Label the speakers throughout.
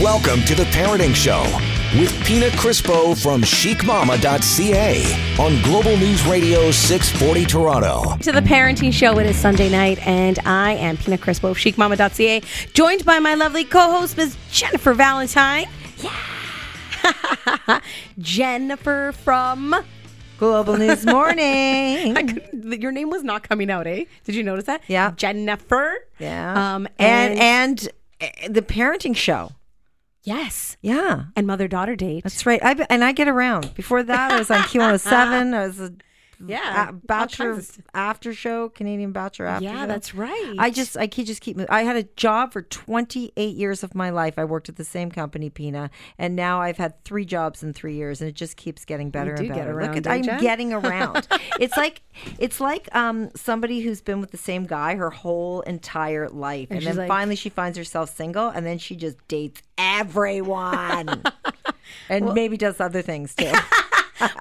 Speaker 1: Welcome to The Parenting Show with Pina Crispo from chicmama.ca on Global News Radio 640 Toronto.
Speaker 2: to the parenting show. It is Sunday night, and I am Pina Crispo of chicmama.ca, joined by my lovely co host, Ms. Jennifer Valentine. Yeah! Jennifer from.
Speaker 3: Global News Morning.
Speaker 2: I could- your name was not coming out, eh? Did you notice that?
Speaker 3: Yeah.
Speaker 2: Jennifer.
Speaker 3: yeah.
Speaker 2: Um, and,
Speaker 3: and, and uh, the parenting show.
Speaker 2: yes.
Speaker 3: Yeah.
Speaker 2: And mother daughter date.
Speaker 3: That's right. I and I get around. Before that, I was on Q107. I was a
Speaker 2: yeah.
Speaker 3: a-
Speaker 2: all kinds
Speaker 3: bachelor
Speaker 2: of stuff.
Speaker 3: after show, Canadian bachelor after.
Speaker 2: Yeah,
Speaker 3: show.
Speaker 2: that's right.
Speaker 3: I just I keep just keep. mo- I had a job for 28 years of my life. I worked at the same company, Pina, and now I've had three jobs in three years, and it just keeps getting better
Speaker 2: do
Speaker 3: and
Speaker 2: get
Speaker 3: better.
Speaker 2: around,
Speaker 3: Look, at,
Speaker 2: don't
Speaker 3: I'm
Speaker 2: ya?
Speaker 3: getting around. it's like it's like um somebody who's been with the same guy her whole entire life, and,
Speaker 2: she's
Speaker 3: then
Speaker 2: like-
Speaker 3: finally she finds herself single, and then she just dates everyone, and maybe does other things too.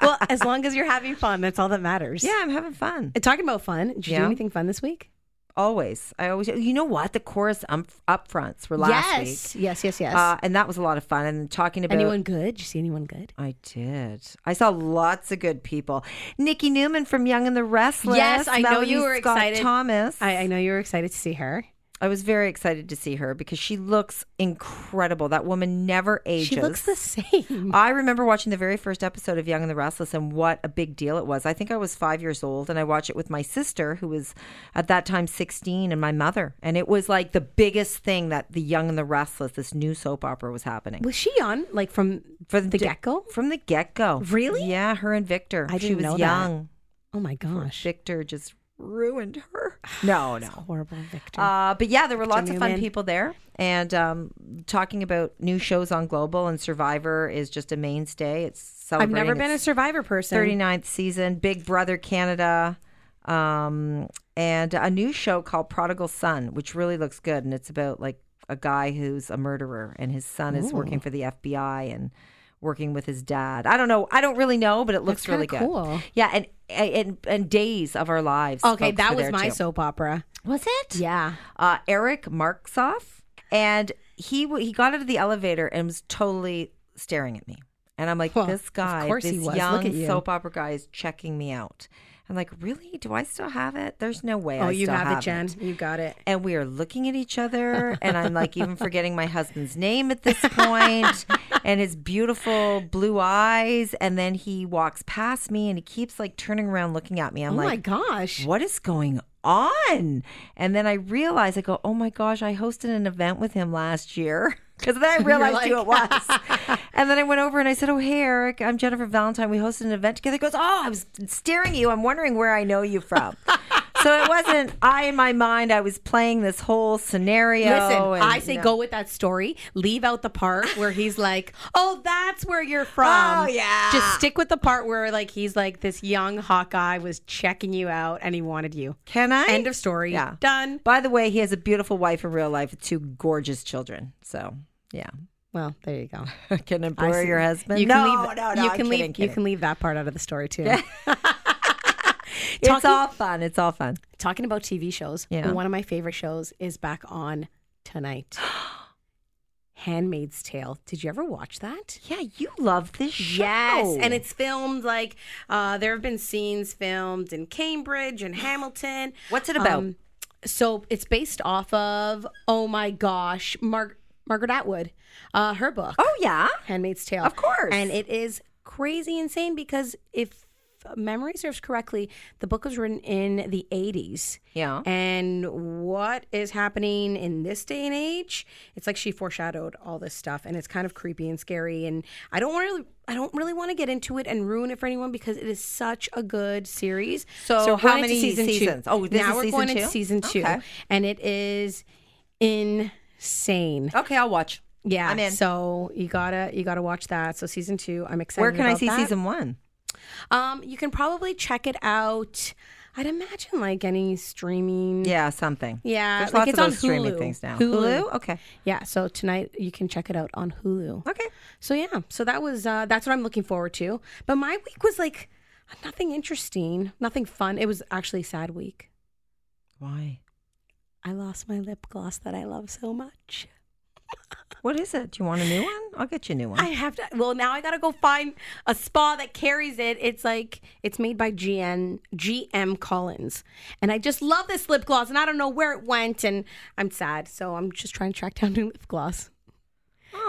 Speaker 2: well, as long as you're having fun, that's all that matters.
Speaker 3: yeah, I'm having fun.
Speaker 2: And Talking about fun, did you do
Speaker 3: Yeah.
Speaker 2: anything fun this week?
Speaker 3: Always, I always. You know what? The chorus um, upfronts were last week.
Speaker 2: yes. Yes, yes, yes.
Speaker 3: Uh, and that was a lot of fun. And talking about.
Speaker 2: anyone good? Did you see anyone good?
Speaker 3: I did. I saw lots of good people. Nikki Newman from Young and the Restless. Melanie Scott Thomas.
Speaker 2: I, I know you were excited to see her.
Speaker 3: I was very excited to see her because she looks incredible. That woman never ages.
Speaker 2: She looks the same.
Speaker 3: I remember watching the very first episode of Young and the Restless and what a big deal it was. I think I was five years old and I watched it with my sister, who was at that time 16, and my mother. And it was like the biggest thing that the Young and the Restless, this new soap opera, was happening.
Speaker 2: Was she on like from
Speaker 3: For
Speaker 2: the get go?
Speaker 3: From the get go.
Speaker 2: Really?
Speaker 3: Yeah, her and Victor.
Speaker 2: I
Speaker 3: she
Speaker 2: didn't
Speaker 3: was
Speaker 2: know that.
Speaker 3: young.
Speaker 2: Oh my gosh,
Speaker 3: Victor just ruined her. No, no.
Speaker 2: horrible Victor.
Speaker 3: Uh, but yeah, there were lots of fun
Speaker 2: Newman.
Speaker 3: people there, and um, talking about new shows on Global and Survivor is just a mainstay. It's
Speaker 2: I've
Speaker 3: celebrating
Speaker 2: never been a
Speaker 3: its
Speaker 2: Survivor person.
Speaker 3: 39th season, Big Brother Canada, um, and a new show called Prodigal Son, which really looks good, and it's about like a guy who's a murderer and his son is working for the FBI and working with his dad. I don't know. I don't really know, but it looks
Speaker 2: That's kinda
Speaker 3: really good.
Speaker 2: cool.
Speaker 3: Yeah, and and and Days of Our Lives.
Speaker 2: Okay,
Speaker 3: folks,
Speaker 2: that
Speaker 3: were
Speaker 2: was
Speaker 3: there,
Speaker 2: my
Speaker 3: too.
Speaker 2: soap opera.
Speaker 3: Was it?
Speaker 2: Yeah.
Speaker 3: uh, Eric Marksoff, and he w- he got out of the elevator and was totally staring at me. And I'm like,
Speaker 2: Well,
Speaker 3: this
Speaker 2: of
Speaker 3: guy,
Speaker 2: course
Speaker 3: this
Speaker 2: he was. Look
Speaker 3: young
Speaker 2: at you.
Speaker 3: soap opera guy, is checking me out. I'm like, really? Do I still have it? There's no way.
Speaker 2: Oh,
Speaker 3: I
Speaker 2: you
Speaker 3: still
Speaker 2: have, it, Jen.
Speaker 3: it.
Speaker 2: You got it.
Speaker 3: And we are looking at each other, and I'm like, even forgetting my husband's name at this point, and his beautiful blue eyes. And then he walks past me, and he keeps like turning around, looking at me. I'm
Speaker 2: oh
Speaker 3: like,
Speaker 2: my gosh.
Speaker 3: what is going on? And then I realized, I go, oh my gosh, I hosted an event with him last year. Because then I realized who it was. and then I went over and I said, oh, hey, Eric, I'm Jennifer Valentine. We hosted an event together. He goes, oh, I was staring at you. I'm wondering where I know you from. so it wasn't, I, in my mind, I was playing this whole scenario.
Speaker 2: Listen,
Speaker 3: and,
Speaker 2: I say
Speaker 3: you know.
Speaker 2: go with that story. Leave out the part where he's like, "Oh, that's where you're from."
Speaker 3: Oh, yeah.
Speaker 2: Just stick with the part where like he's like this young Hawkeye was checking you out and he wanted you.
Speaker 3: Can I?
Speaker 2: End of story.
Speaker 3: Yeah.
Speaker 2: Done.
Speaker 3: By the way, he has a beautiful wife in real life with two gorgeous children. So, yeah.
Speaker 2: Well, there you go.
Speaker 3: Can I
Speaker 2: I
Speaker 3: borrow
Speaker 2: see.
Speaker 3: your husband?
Speaker 2: You
Speaker 3: no,
Speaker 2: can leave,
Speaker 3: no, no.
Speaker 2: You
Speaker 3: I'm
Speaker 2: can leave.
Speaker 3: kidding,
Speaker 2: You
Speaker 3: kidding.
Speaker 2: can leave that part out of the story too.
Speaker 3: It's
Speaker 2: Talking-
Speaker 3: all fun. It's all fun.
Speaker 2: Talking about TV shows,
Speaker 3: Yeah.
Speaker 2: one of my favorite shows is back on tonight. Handmaid's Tale. Did you ever watch that?
Speaker 3: Yeah, you love this show.
Speaker 2: Yes, and it's filmed like uh, there have been scenes filmed in Cambridge and Hamilton.
Speaker 3: What's it about?
Speaker 2: Um, so it's based off of oh my gosh, Mar- Margaret Atwood, uh, her book.
Speaker 3: oh yeah.
Speaker 2: Handmaid's Tale.
Speaker 3: Of course.
Speaker 2: And it is crazy insane because if memory serves correctly, the book was written in the 80s.
Speaker 3: Yeah.
Speaker 2: And what is happening in this day and age? It's like she foreshadowed all this stuff and it's kind of creepy and scary and I don't really I don't really want to get into it and ruin it for anyone because it is such a good series.
Speaker 3: So
Speaker 2: we're
Speaker 3: how
Speaker 2: going into
Speaker 3: many
Speaker 2: season two.
Speaker 3: seasons? Oh, this
Speaker 2: now
Speaker 3: is
Speaker 2: we're
Speaker 3: season
Speaker 2: going
Speaker 3: two?
Speaker 2: into season two,
Speaker 3: Okay.
Speaker 2: and it is insane.
Speaker 3: Okay, I'll watch.
Speaker 2: Yeah.
Speaker 3: I'm in.
Speaker 2: So you gotta you gotta watch that. So season two, I'm excited.
Speaker 3: Where can I
Speaker 2: about
Speaker 3: see
Speaker 2: that.
Speaker 3: season one?
Speaker 2: Um, you can probably check it out. I'd imagine like any streaming.
Speaker 3: Yeah, something.
Speaker 2: Mm. Yeah,
Speaker 3: There's
Speaker 2: like
Speaker 3: lots
Speaker 2: it's
Speaker 3: of
Speaker 2: on
Speaker 3: those streaming
Speaker 2: Hulu.
Speaker 3: things now.
Speaker 2: Hulu. Oh,
Speaker 3: Okay.
Speaker 2: Yeah. So tonight you can check it out on Hulu.
Speaker 3: Okay.
Speaker 2: So yeah. So that was uh, that's what I'm looking forward to. But my week was like nothing interesting, nothing fun. It was actually a sad week.
Speaker 3: Why?
Speaker 2: I lost my lip gloss that I love so much.
Speaker 3: What is it? Do you want a new one? I'll get you a new one.
Speaker 2: I have to. Well, now I gotta go find a spa that carries it. It's like it's made by GN GM Collins, and I just love this lip gloss, and I don't know where it went, and I'm sad, so I'm just trying to track down new lip gloss.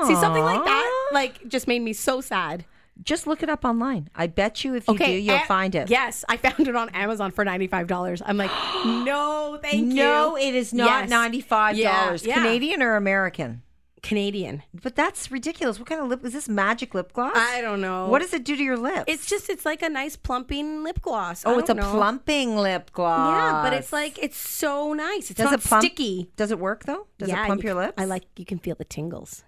Speaker 2: See something like that,
Speaker 3: Aw.
Speaker 2: like just made me so sad.
Speaker 3: Just look it up online. I bet you if you do, you'll
Speaker 2: a-
Speaker 3: find it.
Speaker 2: Yes, I found it on Amazon for ninety five dollars. I'm like, no, thank you.
Speaker 3: No, it is not
Speaker 2: Yes.
Speaker 3: $95.
Speaker 2: Yeah, yeah.
Speaker 3: Canadian or American?
Speaker 2: Canadian.
Speaker 3: But that's ridiculous. What kind of lip is this magic lip gloss?
Speaker 2: I don't know.
Speaker 3: What does it do to your lips?
Speaker 2: It's just it's like a nice plumping lip gloss. I
Speaker 3: oh, it's a
Speaker 2: don't know.
Speaker 3: plumping lip gloss.
Speaker 2: Yeah, but it's like it's so nice. It's
Speaker 3: does
Speaker 2: not
Speaker 3: it plump?
Speaker 2: sticky.
Speaker 3: Does it work though? Does
Speaker 2: yeah,
Speaker 3: it plump
Speaker 2: you
Speaker 3: your
Speaker 2: can-
Speaker 3: lips?
Speaker 2: I like you can feel the tingles.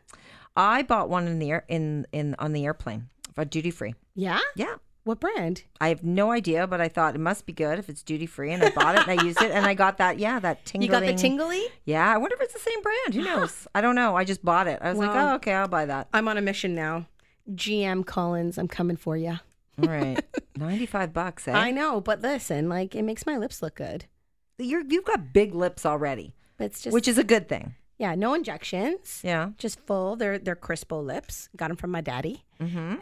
Speaker 3: I bought one in the air in in on the airplane, a duty free.
Speaker 2: Yeah?
Speaker 3: Yeah.
Speaker 2: What brand?
Speaker 3: I have no idea, but I thought it must be good if it's duty free, and I bought it and I used it, and I got that yeah that tingling.
Speaker 2: You got the tingly?
Speaker 3: Yeah, I wonder if it's the same brand. Who knows? I don't know. I just bought it. I was like,
Speaker 2: Wow.
Speaker 3: oh okay, I'll buy that.
Speaker 2: I'm on a mission now. GM Collins, I'm coming for you.
Speaker 3: All right, ninety five bucks. Eh?
Speaker 2: I know, but listen, like it makes my lips look good.
Speaker 3: You're, you've got big lips already,
Speaker 2: But it's just
Speaker 3: which is a good thing.
Speaker 2: yeah, no injections.
Speaker 3: Yeah.
Speaker 2: Just full. They're they're crispo lips. Got them from my daddy.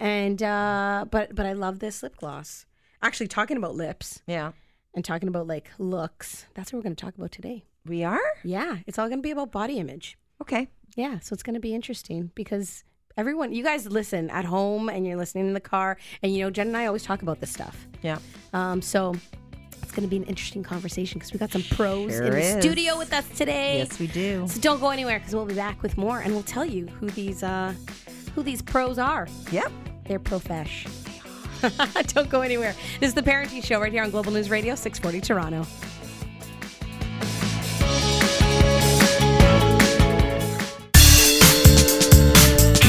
Speaker 2: And uh but but I love this lip gloss. Actually talking about lips
Speaker 3: Yeah.
Speaker 2: and talking about like looks. That's what we're going to talk about today.
Speaker 3: We are?
Speaker 2: Yeah, it's all going to be about body image.
Speaker 3: Okay.
Speaker 2: Yeah, so it's going to be interesting because everyone, you guys listen at home and you're listening in the car, and you know, Jen and I always talk about this stuff.
Speaker 3: Yeah.
Speaker 2: Um, so it's going to be an interesting conversation because we got some pros in
Speaker 3: Sure
Speaker 2: the
Speaker 3: is.
Speaker 2: studio with us today.
Speaker 3: Yes, we do.
Speaker 2: So don't go anywhere because we'll be back with more, and we'll tell you who these uh, who these pros are.
Speaker 3: Yep.
Speaker 2: They're profesh. don't go anywhere. This is the Parenting Show right here on Global News Radio 640 Toronto.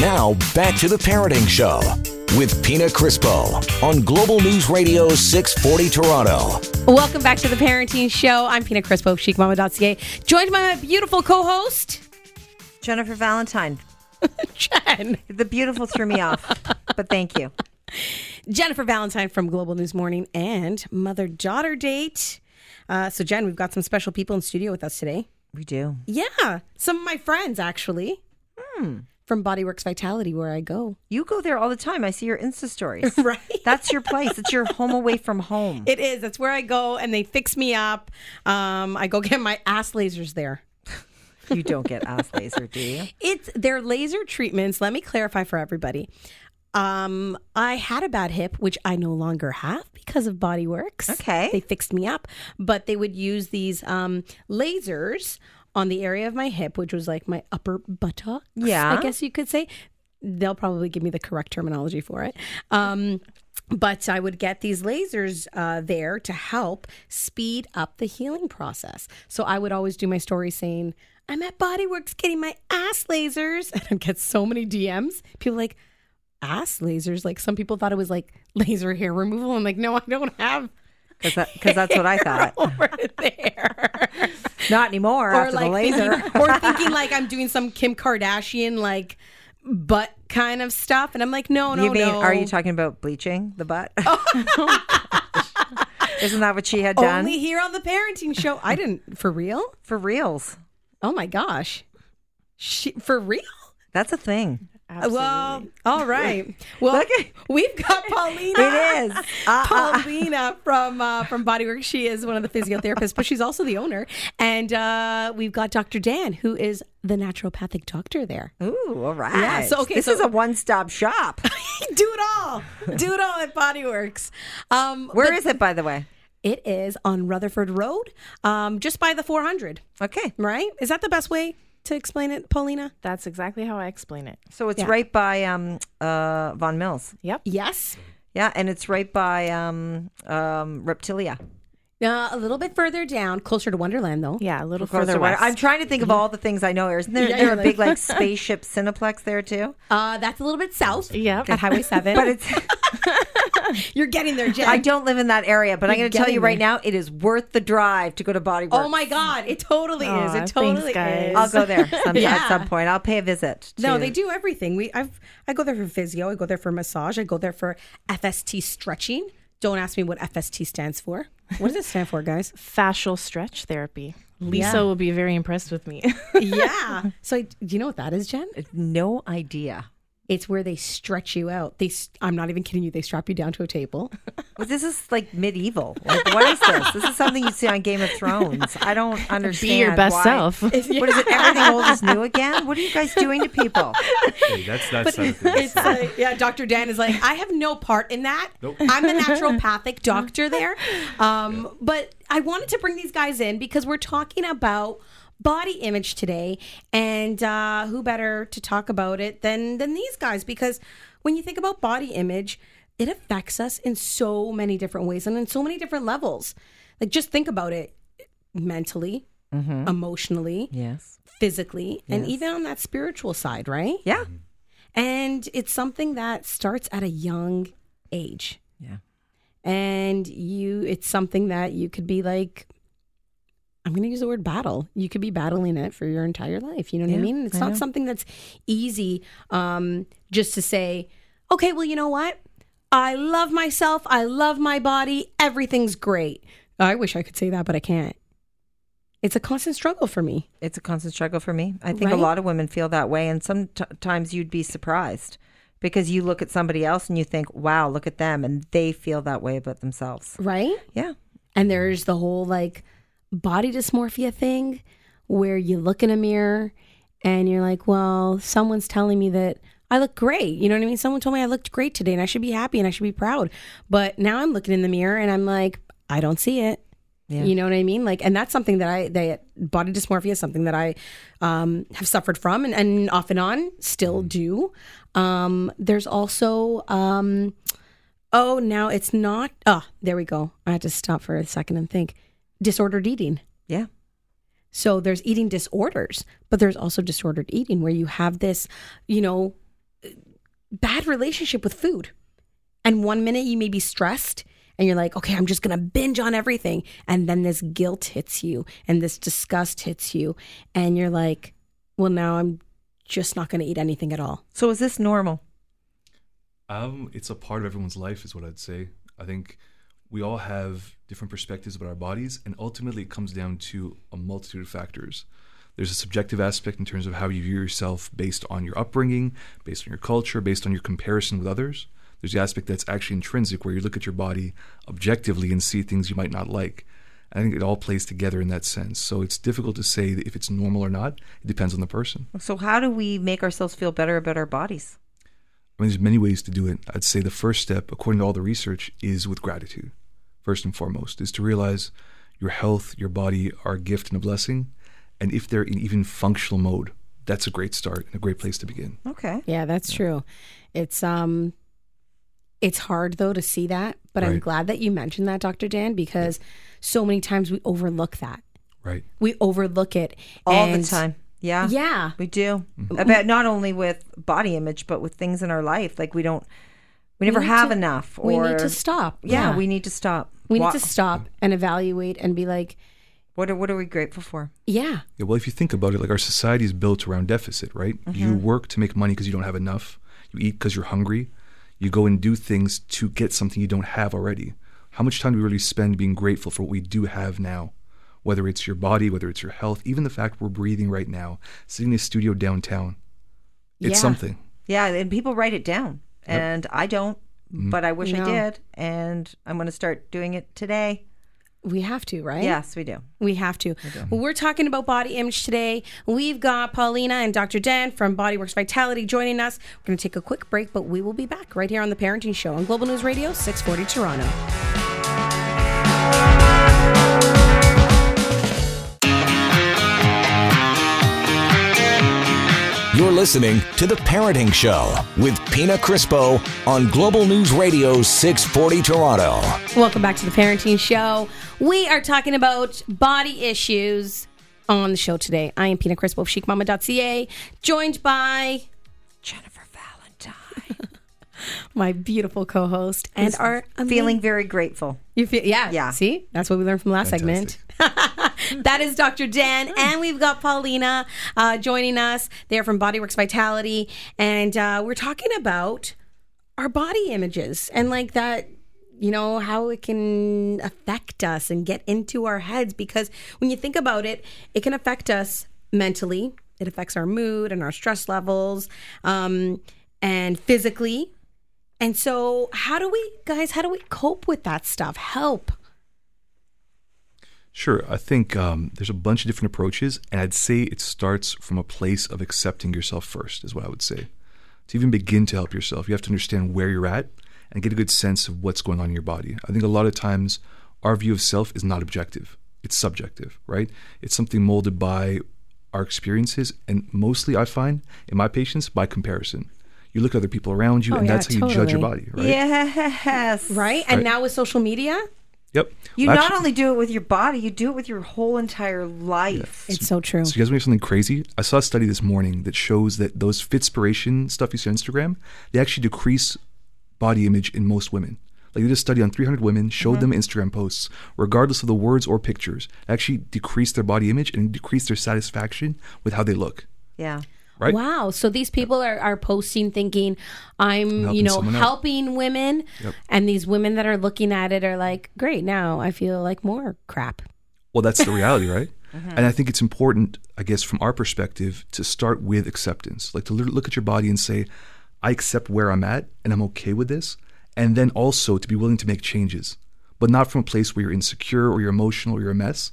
Speaker 1: Now, back to the Parenting Show with Pina Crispo on Global News Radio 640 Toronto.
Speaker 2: Welcome back to the Parenting Show. I'm Pina Crispo of chicmama.ca, joined by my beautiful co-host,
Speaker 3: Jennifer Valentine.
Speaker 2: Jen.
Speaker 3: The beautiful threw me off, but thank you.
Speaker 2: Jennifer Valentine from Global News Morning and Mother Daughter Date. Uh, so, Jen, we've got some special people in studio with us today.
Speaker 3: We do.
Speaker 2: Yeah, some of my friends actually from Bodyworks Vitality, where I go.
Speaker 3: You go there all the time. I see your Insta stories.
Speaker 2: Right.
Speaker 3: That's your place. It's your home away from home.
Speaker 2: It is. That's where I go, and they fix me up. Um, I go get my ass lasers there.
Speaker 3: You don't get ass laser, do you?
Speaker 2: It's their laser treatments. Let me clarify for everybody. Um, I had a bad hip, which I no longer have because of Body Works.
Speaker 3: Okay.
Speaker 2: They fixed me up, but they would use these um, lasers on the area of my hip, which was like my upper buttocks.
Speaker 3: Yeah.
Speaker 2: I guess you could say. They'll probably give me the correct terminology for it. Um, but I would get these lasers uh, there to help speed up the healing process. So I would always do my story saying, I'm at Bodyworks getting my ass lasers. And I get so many DMs. People like, ass lasers? Like some people thought it was like laser hair removal. I'm like, no, I don't have
Speaker 3: Because that's what I thought.
Speaker 2: over there.
Speaker 3: Not anymore after the laser.
Speaker 2: Thinking, or thinking like I'm doing some Kim Kardashian like butt kind of stuff. And I'm like, no, no,
Speaker 3: you mean,
Speaker 2: no. Oh.
Speaker 3: are you talking about bleaching the butt? Isn't that what she had done?
Speaker 2: only here on the parenting show? I didn't for real.
Speaker 3: For reals.
Speaker 2: Oh my gosh. She, for real? Uh,
Speaker 3: That's a thing.
Speaker 2: Well, all right. Well,
Speaker 3: Look at-
Speaker 2: we've got Paulina.
Speaker 3: It is. Uh,
Speaker 2: Paulina from uh, from Bodywork. She is one of the physiotherapists, but she's also the owner. And uh, we've got Dr. Dan, who is the naturopathic doctor there.
Speaker 3: Ooh, all right.
Speaker 2: Yeah, so, okay,
Speaker 3: this
Speaker 2: so-
Speaker 3: is a one-stop shop.
Speaker 2: Do it all. Do it all at Bodyworks. Um,
Speaker 3: Where
Speaker 2: but
Speaker 3: is it, by the way?
Speaker 2: it is on Rutherford Road, um, just by the 400.
Speaker 3: Okay,
Speaker 2: Right? Is that the best way to explain it, Paulina?
Speaker 4: That's exactly how I explain it.
Speaker 3: so it's right by um uh Von Mills.
Speaker 4: Yep.
Speaker 2: Yes.
Speaker 3: Yeah, and it's right by um um Reptilia.
Speaker 2: Uh, a little bit further down, closer to Wonderland, though.
Speaker 4: Yeah, a little
Speaker 3: Of course,
Speaker 4: further
Speaker 3: the water-
Speaker 4: west.
Speaker 3: I'm trying to think of all the things I know. Isn't there,
Speaker 2: Mm-hmm. Yeah,
Speaker 3: there
Speaker 2: you're
Speaker 3: a
Speaker 2: like-
Speaker 3: big like spaceship Cineplex there too?
Speaker 2: Uh, that's a little bit south.
Speaker 4: Yep.
Speaker 2: At Highway 7.
Speaker 3: But it's
Speaker 2: You're getting there, Jen.
Speaker 3: I don't live in that area, but I'm
Speaker 2: You're
Speaker 3: going to tell
Speaker 2: getting
Speaker 3: you right
Speaker 2: there.
Speaker 3: now, it is worth the drive to go to Body Works.
Speaker 2: Oh my God! It totally
Speaker 4: Aw,
Speaker 2: is. It
Speaker 4: thanks,
Speaker 2: totally
Speaker 4: guys.
Speaker 2: is.
Speaker 4: I'll
Speaker 3: I'll go there some,
Speaker 2: Yeah.
Speaker 3: at some point. I'll pay a visit.
Speaker 2: no,
Speaker 3: to-
Speaker 2: they do everything. We I've I go there for physio. I go there for massage. I go there for FST stretching. Don't ask me what FST stands for. What does it stand for, guys?
Speaker 4: Fascial stretch therapy. Lisa
Speaker 2: Yeah.
Speaker 4: will be very impressed with me.
Speaker 2: yeah. So do you know what that is, Jen?
Speaker 3: No idea.
Speaker 2: It's where they stretch you out. They s- I'm not even kidding you. They strap you down to a table.
Speaker 3: Well, this is like medieval. Like, what is this? This is something you see on Game of Thrones. I don't understand.
Speaker 4: be your best
Speaker 3: why.
Speaker 4: self.
Speaker 3: What is it? Everything old is new again? What are you guys doing to people?
Speaker 5: Hey, that's that's something.
Speaker 2: It's like, yeah, Dr. Dan is like, I have no part in that.
Speaker 5: Nope.
Speaker 2: I'm a naturopathic doctor there. Um, But I wanted to bring these guys in because we're talking about body image today. And uh, who better to talk about it than, than these guys? Because when you think about body image, it affects us in so many different ways and in so many different levels. Like, just think about it mentally, emotionally,
Speaker 3: Yes.
Speaker 2: physically, and even on that spiritual side, right? Mm-hmm.
Speaker 3: Yeah.
Speaker 2: And it's something that starts at a young age.
Speaker 3: Yeah.
Speaker 2: And you it's something that you could be like I'm going to use the word battle. You could be battling it for your entire life. You know what I
Speaker 3: Yeah,
Speaker 2: mean? It's
Speaker 3: I
Speaker 2: not
Speaker 3: know.
Speaker 2: something that's easy um just to say, "Okay, well, you know what? I love myself. I love my body. Everything's great." I wish I could say that, but I can't. It's a constant struggle for me.
Speaker 3: It's a constant struggle for me. I think
Speaker 2: Right?
Speaker 3: a lot of women feel that way. And sometimes you'd be surprised because you look at somebody else and you think, wow, look at them. And they feel that way about themselves.
Speaker 2: Right?
Speaker 3: Yeah.
Speaker 2: And there's the whole like body dysmorphia thing where you look in a mirror and you're like, well, someone's telling me that I look great. You know what I mean? Someone told me I looked great today and I should be happy and I should be proud. But now I'm looking in the mirror and I'm like, I don't see it.
Speaker 3: Yeah.
Speaker 2: You know what I mean? Like, and that's something that I, that body dysmorphia is something that I um, have suffered from and, and off and on still do. Um, there's also, um, Oh, now it's not. Oh, there we go. I had to stop for a second and think. Disordered eating.
Speaker 3: Yeah.
Speaker 2: So there's eating disorders, but there's also disordered eating where you have this, you know, bad relationship with food. And one minute you may be stressed and you're like, okay, I'm just going to binge on everything. And then this guilt hits you and this disgust hits you. And you're like, well, now I'm just not going to eat anything at all.
Speaker 3: So is this normal?
Speaker 5: Um, it's a part of everyone's life, is what I'd say. I think we all have different perspectives about our bodies, and ultimately, it comes down to a multitude of factors. There's a subjective aspect in terms of how you view yourself based on your upbringing, based on your culture, based on your comparison with others. There's the aspect that's actually intrinsic, where you look at your body objectively and see things you might not like. I think it all plays together in that sense. So it's difficult to say if it's normal or not. It depends on the person.
Speaker 3: So how do we make ourselves feel better about our bodies?
Speaker 5: I mean, there's many ways to do it. I'd say the first step, according to all the research, is with gratitude. First and foremost, is to realize your health, your body are a gift and a blessing. And if they're in even functional mode, that's a great start and a great place to begin.
Speaker 3: Okay.
Speaker 2: Yeah, that's true. It's um it's hard though to see that, but I'm
Speaker 5: Right.
Speaker 2: glad that you mentioned that, Dr. Dan, because so many times we overlook that.
Speaker 5: Right.
Speaker 2: We overlook it
Speaker 3: All
Speaker 2: and-
Speaker 3: the time. Yeah.
Speaker 2: Yeah.
Speaker 3: We do. About not only with body image, but with things in our life. Like we don't, we never
Speaker 2: need
Speaker 3: have
Speaker 2: to-
Speaker 3: enough. Or,
Speaker 2: We need to stop.
Speaker 3: Yeah, We need to stop.
Speaker 2: we
Speaker 3: Wha-
Speaker 2: need to stop and evaluate and be like,
Speaker 3: What are, what are we grateful for?
Speaker 2: yeah,
Speaker 5: Yeah, well, if you think about it, like our society is built around deficit, right? You work to make money because you don't have enough. You eat because you're hungry. You go and do things to get something you don't have already. How much time do we really spend being grateful for what we do have now? Whether it's your body, whether it's your health, even the fact we're breathing right now, sitting in a studio downtown, it's
Speaker 2: Yeah.
Speaker 5: something.
Speaker 3: Yeah. And people write it down. And I don't,
Speaker 5: Mm-hmm.
Speaker 3: but I wish
Speaker 2: No.
Speaker 3: I did. And I'm going to start doing it today.
Speaker 2: we have to, right?
Speaker 3: Yes, we do.
Speaker 2: We have to. Well, we're talking about body image today. We've got Paulina and Dr. Dan from Bodyworks Vitality joining us. We're going to take a quick break, but we will be back right here on The Parenting Show on Global News Radio 640 Toronto.
Speaker 1: You're listening to The Parenting Show with Pina Crispo on Global News Radio 640 Toronto.
Speaker 2: Welcome back to the Parenting Show. We are talking about body issues on the show today. I am Pina Crispo of chicmama.ca, joined by
Speaker 3: Jennifer Valentine.
Speaker 2: my beautiful co-host and our ama-
Speaker 3: Feeling very grateful.
Speaker 2: You feel, yeah,
Speaker 3: Yeah.
Speaker 2: See, that's what we learned from last segment.
Speaker 5: Fantastic.
Speaker 2: that is Dr. Dan, and we've got Paulina uh, joining us. They're from Bodyworks Vitality, and uh, we're talking about our body images and like that you know, how it can affect us and get into our heads. Because when you think about it, it can affect us mentally, it affects our mood and our stress levels, um, and physically. And so, how do we, guys, how do we cope with that stuff? Help.
Speaker 5: Sure. I think um, there's a bunch of different approaches, and I'd say it starts from a place of accepting yourself first, is what I would say. To even begin to help yourself, you have to understand where you're at and get a good sense of what's going on in your body. I think a lot of times our view of self is not objective, it's subjective, right? It's something molded by our experiences, and mostly I find in my patients by comparison. You look at other people around you,
Speaker 2: Oh,
Speaker 5: and
Speaker 2: yeah,
Speaker 5: that's how you judge your
Speaker 2: totally.
Speaker 5: body, right?
Speaker 3: Yes.
Speaker 2: Right? And
Speaker 5: Right.
Speaker 2: now with social media,
Speaker 5: Yep.
Speaker 3: You
Speaker 5: Well,
Speaker 3: not
Speaker 5: actually-
Speaker 3: only do it with your body, you do it with your whole entire life.
Speaker 2: it's so true.
Speaker 5: So you guys want to hear something crazy? I saw a study this morning that shows that those Fitspiration stuff you see on Instagram, they actually decrease body image in most women. Like they did a study on 300 women,
Speaker 2: Uh-huh.
Speaker 5: showed them Instagram posts, regardless of the words or pictures, actually decreased their body image and decreased their satisfaction with how they look.
Speaker 3: Yeah.
Speaker 5: Right?
Speaker 2: Wow. So these people are, are posting thinking, I'm, you
Speaker 5: helping
Speaker 2: know,
Speaker 5: someone out.
Speaker 2: helping women. And these women that are looking at it are like, great, now I feel like more crap.
Speaker 5: Well, that's the reality, right?
Speaker 2: Mm-hmm.
Speaker 5: And I think it's important, I guess, from our perspective, to start with acceptance. Like to l- look at your body and say, I accept where I'm at and I'm okay with this. And then also to be willing to make changes, but not from a place where you're insecure or you're emotional or you're a mess.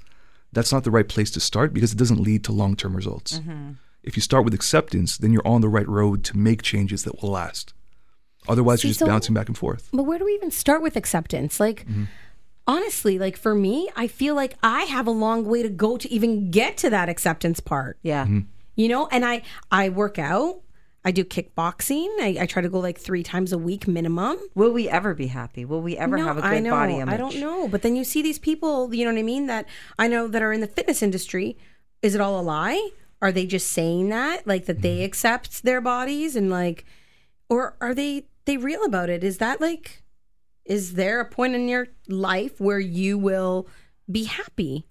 Speaker 5: That's not the right place to start because it doesn't lead to long term results.
Speaker 2: Mm-hmm.
Speaker 5: If you start with acceptance, then you're on the right road to make changes that will last. Otherwise,
Speaker 2: See,
Speaker 5: you're just
Speaker 2: so-
Speaker 5: bouncing back and forth.
Speaker 2: But where do we even start with acceptance? Like,
Speaker 5: Mm-hmm.
Speaker 2: honestly, like for me, I feel like I have a long way to go to even get to that acceptance part.
Speaker 3: Yeah.
Speaker 5: Mm-hmm.
Speaker 2: you know and i i work out i do kickboxing i, I try to go like three times a week minimum
Speaker 3: Will we ever be happy? Will we ever
Speaker 2: No,
Speaker 3: have a good
Speaker 2: I know,
Speaker 3: body image?
Speaker 2: i don't know but then you see these people you know what i mean that i know that are in the fitness industry is it all a lie are they just saying that like that
Speaker 3: Mm-hmm.
Speaker 2: they accept their bodies and like or are they they real about it is that like is there a point in your life where you will be happy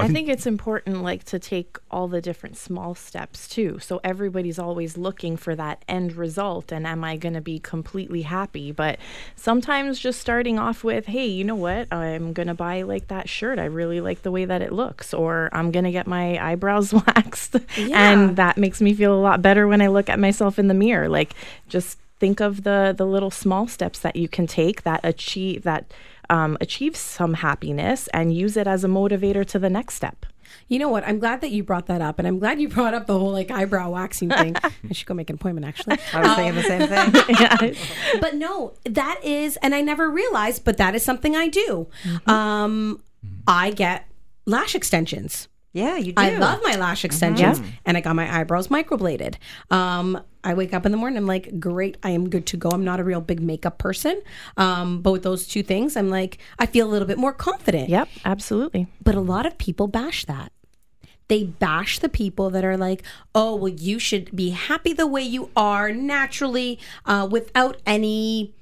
Speaker 5: I
Speaker 4: I think
Speaker 5: think-
Speaker 4: it's important like to take all the different small steps too. So everybody's always looking for that end result and am I going to be completely happy? But sometimes just starting off with, "Hey, you know what? I'm going to buy like that shirt. I really like the way that it looks." Or I'm going to get my eyebrows waxed
Speaker 2: Yeah.
Speaker 4: and that makes me feel a lot better when I look at myself in the mirror. Like just think of the the little small steps that you can take that achieve that um, achieve some happiness and use it as a motivator to the next step.
Speaker 2: You know what? I'm glad that you brought that up, and I'm glad you brought up the whole like eyebrow waxing thing. I should go make an appointment, actually.
Speaker 3: I was thinking the same thing.
Speaker 2: But no, that is, and I never realized, but that is something I do. Um, I get lash extensions.
Speaker 3: Yeah, you do.
Speaker 2: I love my lash extensions, and I got my eyebrows microbladed. Um, I wake up in the morning, I'm like, great, I am good to go. I'm not a real big makeup person, um, but with those two things, I'm like, I feel a little bit more confident.
Speaker 4: Yep, absolutely.
Speaker 2: But a lot of people bash that. They bash the people that are like, oh, well, you should be happy the way you are naturally uh, without any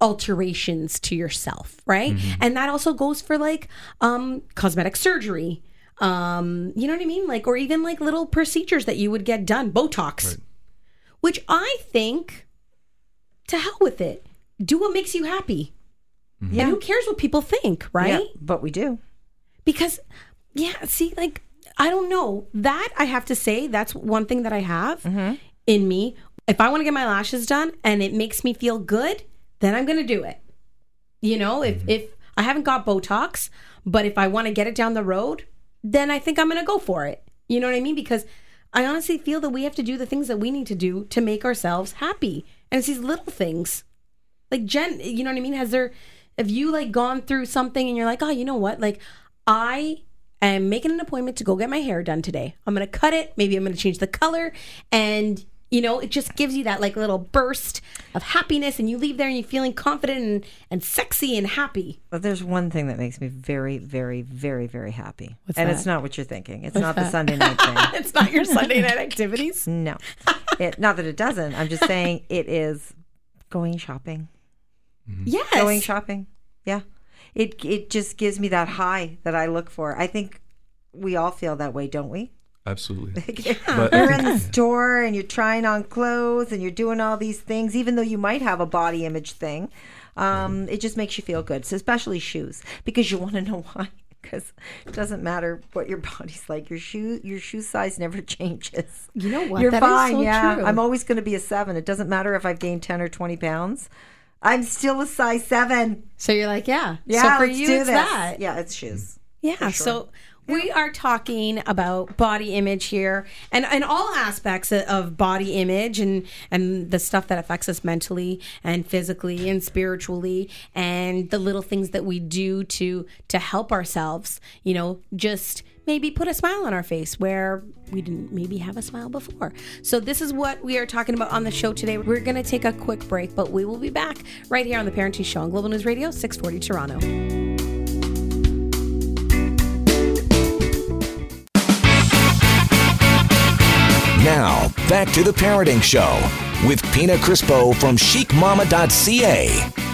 Speaker 2: alterations to yourself, right? And that also goes for like um, cosmetic surgery. Um, you know what I mean? Like, or even like little procedures that you would get done, Botox, which I think to hell with it. Do what makes you happy.
Speaker 3: Yeah.
Speaker 5: Mm-hmm.
Speaker 2: And who cares what people think, right?
Speaker 3: Yeah, but we do.
Speaker 2: because yeah see like i don't know that i have to say that's one thing that i have in me if i want to get my lashes done and it makes me feel good then i'm gonna do it you know if if i haven't got botox but if i want to get it down the road then i think i'm gonna go for it you know what i mean because i honestly feel that we have to do the things that we need to do to make ourselves happy and it's these little things like Jen, you know what I mean? Has there, have you like gone through something and you're like, oh, you know what? Like, I am making an appointment to go get my hair done today. I'm gonna cut it. Maybe I'm gonna change the color, and you know, it just gives you that like little burst of happiness, and you leave there and you're feeling confident and, and sexy and happy.
Speaker 3: But there's one thing that makes me very, very, very, very happy. and it's not what you're thinking. It's not the Sunday night thing.
Speaker 2: It's not your Sunday night activities.
Speaker 3: No. It, not that it doesn't. I'm just saying it is going shopping.
Speaker 2: Yes.
Speaker 3: going shopping. Yeah. It it just gives me that high that I look for. I think we all feel that way, don't we?
Speaker 5: Absolutely. But I
Speaker 3: you're in the
Speaker 5: think-
Speaker 3: store and you're trying on clothes and you're doing all these things, even though you might have a body image thing. Um, It just makes you feel good, so especially shoes, because you want to know why. Because it doesn't matter what your body's like, your shoe your shoe size never changes.
Speaker 2: You know what?
Speaker 3: You're
Speaker 2: That is
Speaker 3: fine.
Speaker 2: so
Speaker 3: yeah,
Speaker 2: true.
Speaker 3: I'm always going to be a seven. It doesn't matter if I've gained ten or twenty pounds. I'm still a size seven.
Speaker 6: So you're like, yeah.
Speaker 3: Yeah,
Speaker 6: so for
Speaker 3: let's
Speaker 6: you,
Speaker 3: do
Speaker 6: it's
Speaker 3: this.
Speaker 6: that.
Speaker 3: Yeah, it's shoes.
Speaker 2: Yeah. So we are talking about body image here and, and all aspects of- of body image and, and the stuff that affects us mentally and physically and spiritually and the little things that we do to to help ourselves, you know, just maybe put a smile on our face where we didn't maybe have a smile before. So this is what we are talking about on the show today. We're going to take a quick break, but we will be back right here on the Parenting Show on Global News Radio 640 Toronto.
Speaker 1: Now, back to the Parenting Show with Pina Crispo from chicmama.ca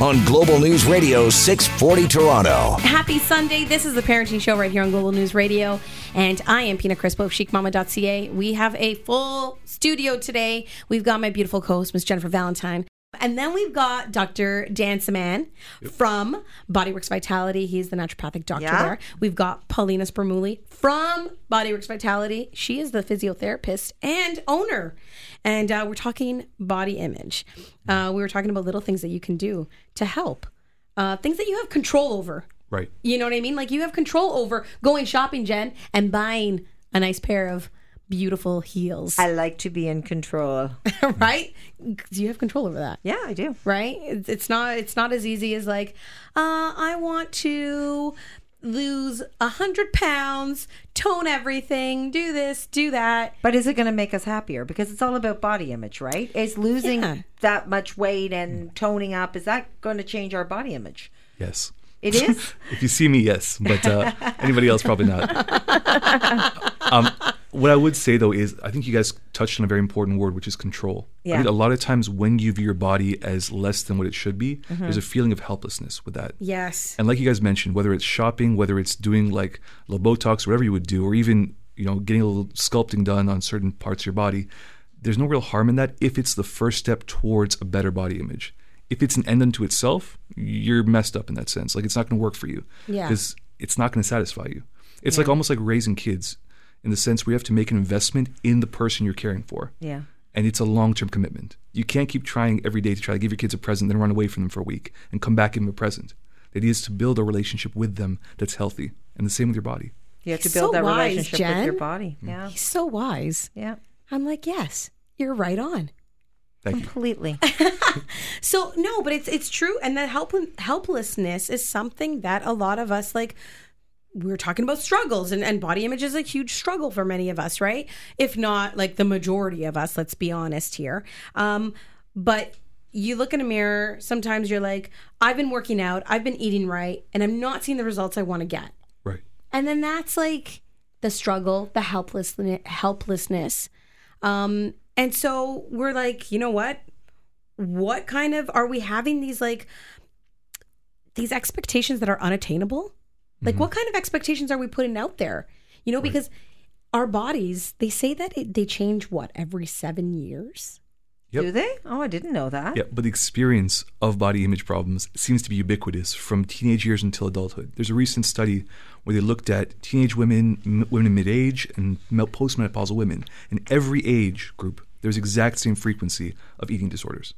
Speaker 1: on Global News Radio 640 Toronto.
Speaker 2: Happy Sunday. This is the Parenting Show right here on Global News Radio. And I am Pina Crispo of chicmama.ca. We have a full studio today. We've got my beautiful co host, Miss Jennifer Valentine. And then we've got Dr. Dan Saman from Bodyworks Vitality. He's the naturopathic doctor
Speaker 3: Yeah.
Speaker 2: there. We've got Paulina Spermuli from Bodyworks Vitality. She is the physiotherapist and owner. And uh, we're talking body image. Uh, we were talking about little things that you can do to help, uh, things that you have control over.
Speaker 5: Right.
Speaker 2: You know what I mean? Like you have control over going shopping, Jen, and buying a nice pair of beautiful heels,
Speaker 3: I like to be in control.
Speaker 2: right? 'Cause You have control over that,
Speaker 3: Yeah, I do.
Speaker 2: right? It's it's not it's not as easy as like, uh, I want to lose a hundred pounds, tone everything, do this, do that.
Speaker 3: But is it going to make us happier? Because it's all about body image, right? Is losing
Speaker 2: Yeah.
Speaker 3: that much weight and toning up is that going to change our body image?
Speaker 5: Yes.
Speaker 3: It is.
Speaker 5: If you see me, yes, but uh, anybody else, probably not. um, what I would say though is, I think you guys touched on a very important word, which is control. I
Speaker 3: Yeah.
Speaker 5: think a lot of times when you view your body as less than what it should be, there's a feeling of helplessness with that.
Speaker 2: Yes.
Speaker 5: And like you guys mentioned, whether it's shopping, whether it's doing like little Botox, whatever you would do, or even you know getting a little sculpting done on certain parts of your body, there's no real harm in that if it's the first step towards a better body image. If it's an end unto itself, you're messed up in that sense. Like it's not going to work for you
Speaker 2: Yeah.
Speaker 5: because it's not going to satisfy you. It's like almost like raising kids, in the sense where you have to make an investment in the person you're caring for
Speaker 3: Yeah.
Speaker 5: and it's a long-term commitment. You can't keep trying every day to try to give your kids a present, then run away from them for a week and come back and give them a present. The idea is to build a relationship with them that's healthy, and the same with your body.
Speaker 3: You have to
Speaker 2: He's
Speaker 3: build
Speaker 2: so
Speaker 3: that
Speaker 2: wise,
Speaker 3: relationship
Speaker 2: Jen.
Speaker 3: with your body.
Speaker 5: Mm.
Speaker 3: Yeah.
Speaker 2: He's so wise.
Speaker 3: Yeah.
Speaker 2: I'm like, yes, you're right on.
Speaker 5: Thank you.
Speaker 3: Completely.
Speaker 2: So no, but it's it's true, and that help, helplessness is something that a lot of us like. We're talking about struggles, and, and body image is a huge struggle for many of us, right? If not like the majority of us, let's be honest here. Um, but you look in a mirror, sometimes you're like, I've been working out, I've been eating right, and I'm not seeing the results I want to get.
Speaker 5: Right.
Speaker 2: And then that's like the struggle, the helplessness, helplessness. Um, and so we're like, you know what? What kind of are we having these like these expectations that are unattainable? Like what kind of expectations are we putting out there? You know, because our bodies, they say that it, they change what every 7 years.
Speaker 5: Yep.
Speaker 3: Do they? Oh, I didn't know that.
Speaker 5: Yeah, but the experience of body image problems seems to be ubiquitous from teenage years until adulthood. There's a recent study where they looked at teenage women, m- women in mid-age, and mel- postmenopausal women. In every age group, there's exact same frequency of eating disorders.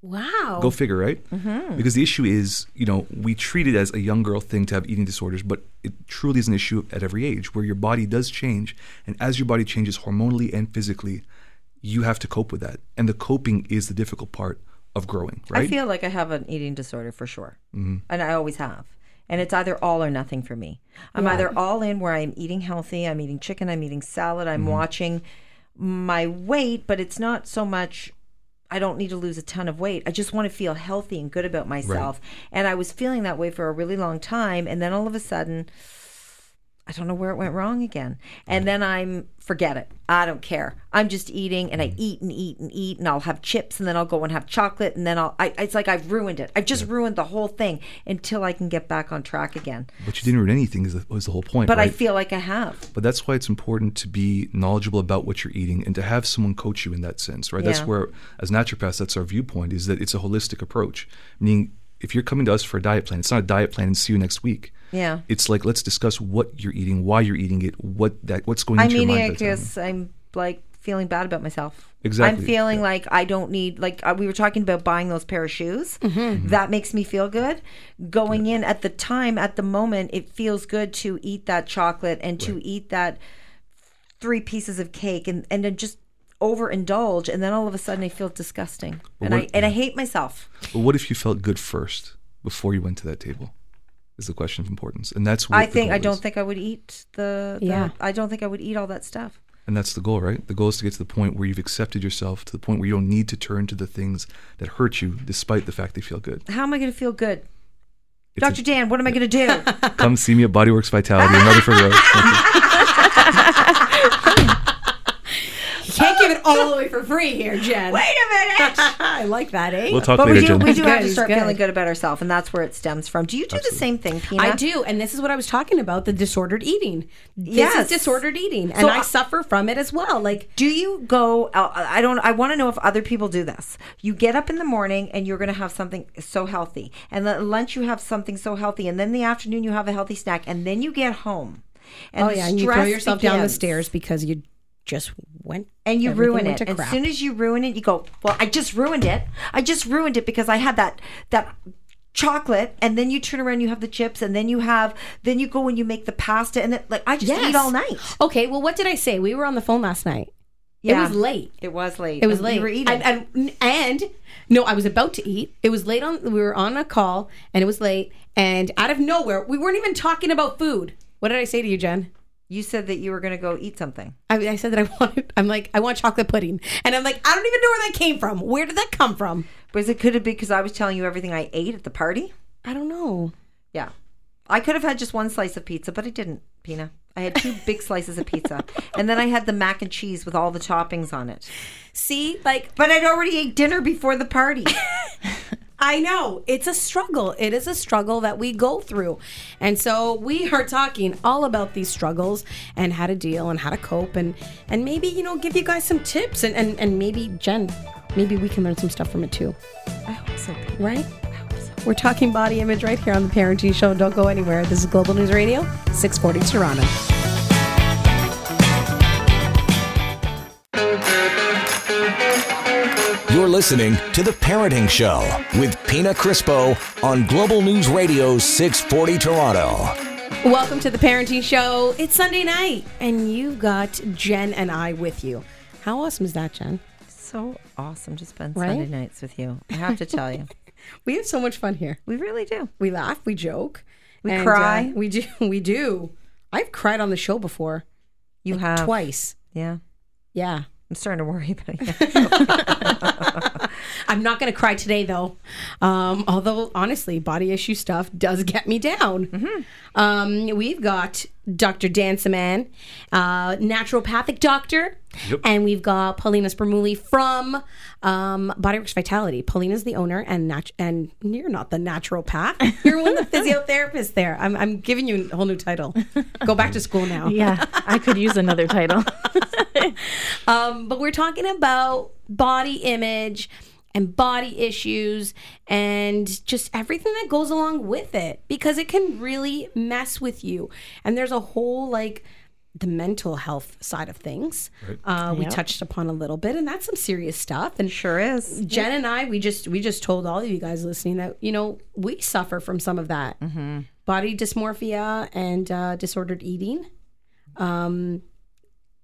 Speaker 2: Wow.
Speaker 5: Go figure, right?
Speaker 3: Mm-hmm.
Speaker 5: Because the issue is, you know, we treat it as a young girl thing to have eating disorders, but it truly is an issue at every age where your body does change. And as your body changes hormonally and physically, you have to cope with that. And the coping is the difficult part of growing, right? Mm-hmm.
Speaker 3: I feel like I have an eating disorder for sure. And I always have. And it's either all or nothing for me. I'm either all in where I'm eating healthy, I'm eating chicken, I'm eating salad, I'm
Speaker 5: Mm-hmm.
Speaker 3: watching my weight, but it's not so much I don't need to lose a ton of weight. I just want to feel healthy and good about myself. And I was feeling that way for a really long time. And then all of a sudden, I don't know where it went wrong again. And then I'm forget it. I don't care. I'm just eating and I eat and eat and eat and I'll have chips and then I'll go and have chocolate and then I'll I, it's like I've ruined it. I've just ruined the whole thing until I can get back on track again.
Speaker 5: but you didn't ruin anything, is the, was the whole point.
Speaker 3: But I
Speaker 5: right?
Speaker 3: feel like I have.
Speaker 5: But that's why it's important to be knowledgeable about what you're eating and to have someone coach you in that sense, right? That's
Speaker 3: Yeah.
Speaker 5: where, as naturopaths, that's our viewpoint is that it's a holistic approach, meaning if you're coming to us for a diet plan, it's not a diet plan and see you next week.
Speaker 3: Yeah.
Speaker 5: It's like let's discuss what you're eating, why you're eating it, what that what's going
Speaker 3: I'm
Speaker 5: into your
Speaker 3: eating
Speaker 5: mind.
Speaker 3: it
Speaker 5: at that time.
Speaker 3: because I'm like feeling bad about myself.
Speaker 5: Exactly,
Speaker 3: I'm feeling
Speaker 5: yeah.
Speaker 3: like I don't need like uh, we were talking about buying those pair of shoes. That makes me feel good. Going in at the time at the moment, it feels good to eat that chocolate and to eat that three pieces of cake and and to just overindulge and then all of a sudden I feel disgusting
Speaker 5: But
Speaker 3: and I
Speaker 5: what-
Speaker 3: and I hate myself.
Speaker 5: But what if you felt good first before you went to that table? Is the question of importance, and that's what
Speaker 3: I
Speaker 5: the
Speaker 3: think
Speaker 5: goal
Speaker 3: I
Speaker 5: is.
Speaker 3: don't think I would eat the, the
Speaker 2: Yeah.
Speaker 3: I don't think I would eat all that stuff.
Speaker 5: and that's the goal, right? The goal is to get to the point where you've accepted yourself to the point where you don't need to turn to the things that hurt you, despite the fact they feel good.
Speaker 3: How am I going to feel good?
Speaker 5: It's a-
Speaker 3: Dr. Dan, what am I going to do?
Speaker 5: Come see me at Bodyworks Vitality in Rutherford Road.
Speaker 2: You can't give it all away for free here, Jen. Wait a minute. I like that, eh?
Speaker 5: We'll talk
Speaker 3: But we
Speaker 5: later,
Speaker 3: do,
Speaker 5: Jen.
Speaker 3: we do
Speaker 2: Good,
Speaker 3: have to
Speaker 2: it's
Speaker 3: start feeling
Speaker 2: good.
Speaker 3: good about ourselves, and that's where it stems from. Do you do the same thing, Pina?
Speaker 2: I do, and this is what I was talking about—the disordered eating. This
Speaker 3: Yes.
Speaker 2: is disordered eating, and
Speaker 3: So
Speaker 2: I
Speaker 3: I-
Speaker 2: suffer from it as well. Like
Speaker 3: Do you go? I I don't. I want to know if other people do this. You get up in the morning and you're going to have something so healthy, and at lunch you have something so healthy, and then the afternoon you have a healthy snack, and then you get home. And
Speaker 2: oh
Speaker 3: the
Speaker 2: yeah, and you throw
Speaker 3: stress
Speaker 2: yourself down the
Speaker 3: begins.
Speaker 2: stairs because you just went
Speaker 3: and you
Speaker 2: everything
Speaker 3: ruin
Speaker 2: went
Speaker 3: it.
Speaker 2: to
Speaker 3: As
Speaker 2: crap.
Speaker 3: soon as you ruin it, you go, "Well, I just ruined it. I just ruined it because I had that that chocolate." And then you turn around, you have the chips, and then you have then you go and you make the pasta, and then like I just
Speaker 2: Yes.
Speaker 3: eat all night.
Speaker 2: Okay, well, what did I say? We were on the phone last night. It was late.
Speaker 3: It was late.
Speaker 2: It was
Speaker 3: And
Speaker 2: late.
Speaker 3: You were eating.
Speaker 2: And, and, and no, I was about to eat. It was late on. We were on a call, and it was late. And out of nowhere, we weren't even talking about food. What did I say to you, Jen?
Speaker 3: you said that you were going to go eat something.
Speaker 2: I, I said that I wanted. I'm like, I want chocolate pudding, and I'm like, I don't even know where that came from. Where did that come from?
Speaker 3: Was it could have been because I was telling you everything I ate at the party?
Speaker 2: I don't know.
Speaker 3: Yeah. I could have had just one slice of pizza, but I didn't, Pina. I had two big slices of pizza. And then I had the mac and cheese with all the toppings on it.
Speaker 2: See, like
Speaker 3: But I'd already ate dinner before the party.
Speaker 2: I know it's a struggle. It is a struggle that we go through. And so we are talking all about these struggles and how to deal and how to cope and and maybe, you know, give you guys some tips and and, and maybe Jen, maybe we can learn some stuff from it too.
Speaker 3: I hope so.
Speaker 2: Right? We're talking body image right here on the Parenting Show. Don't go anywhere. This is Global News Radio, 640 Toronto.
Speaker 1: You're listening to The Parenting Show with Pina Crispo on Global News Radio 640 Toronto.
Speaker 2: Welcome to the Parenting Show. It's Sunday night, and you've got Jen and I with you. How awesome is that, Jen?
Speaker 3: So awesome to spend
Speaker 2: Right?
Speaker 3: Sunday nights with you. I have to tell you.
Speaker 2: We have so much fun here.
Speaker 3: We really do.
Speaker 2: we laugh, we joke,
Speaker 3: We
Speaker 2: and,
Speaker 3: cry.
Speaker 2: uh, we do, we do. I've cried on the show before
Speaker 3: You have
Speaker 2: twice.
Speaker 3: Yeah.
Speaker 2: Yeah,
Speaker 3: I'm starting to worry about it.
Speaker 2: I'm not going to cry today though. Um, although honestly, body issue stuff does get me down. Um, we've got Dr. Dan Saman, uh, naturopathic doctor,
Speaker 5: Yep.
Speaker 2: and we've got Paulina Spermuli from um, Bodyworks Vitality. Paulina's the owner, and nat- and you're not the naturopath. You're one of the physiotherapists there. I'm, I'm giving you a whole new title. Go back to school now.
Speaker 4: Yeah, I could use another title.
Speaker 2: Um, but we're talking about body image and body issues and just everything that goes along with it because it can really mess with you. And there's a whole like the mental health side of things uh, we touched upon a little bit, and that's some serious stuff. And
Speaker 3: Sure is.
Speaker 2: Jen and I, we just we just told all of you guys listening that you know we suffer from some of that
Speaker 3: Mm-hmm.
Speaker 2: body dysmorphia and uh, disordered eating. Um,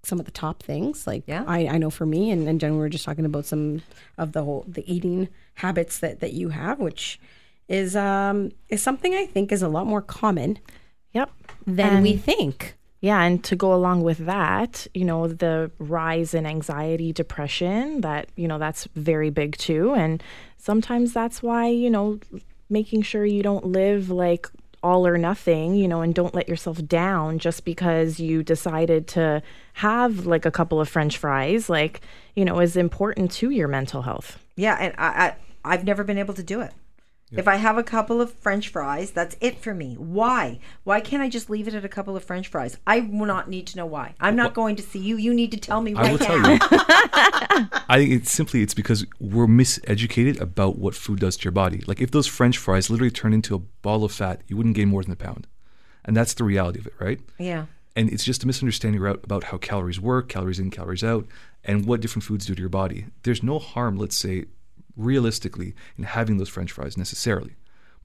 Speaker 2: some of the top things, like
Speaker 3: Yeah.
Speaker 2: I, I know for me and, and Jen, we were just talking about some of the whole the eating habits that that you have, which is um is something I think is a lot more common
Speaker 4: yep.
Speaker 2: than we
Speaker 4: And-
Speaker 2: think.
Speaker 4: Yeah, and to go along with that, you know, the rise in anxiety, depression, that, you know, that's very big too. And sometimes that's why, you know, making sure you don't live like all or nothing, you know, and don't let yourself down just because you decided to have like a couple of french fries, like, you know, is important to your mental health.
Speaker 3: Yeah, and I, I I've never been able to do it. If I have a couple of french fries, that's it for me. Why? Why can't I just leave it at a couple of french fries? I will not need to know why. I'm not going to see you. You need to tell me
Speaker 5: I
Speaker 3: right now.
Speaker 5: will tell you. I think it's simply it's because we're miseducated about what food does to your body. Like if those French fries literally turned into a ball of fat, you wouldn't gain more than a pound, and that's the reality of it, right?
Speaker 3: Yeah.
Speaker 5: And it's just a misunderstanding about, about how calories work, calories in, calories out, and what different foods do to your body. There's no harm, let's say, realistically, in having those French fries necessarily.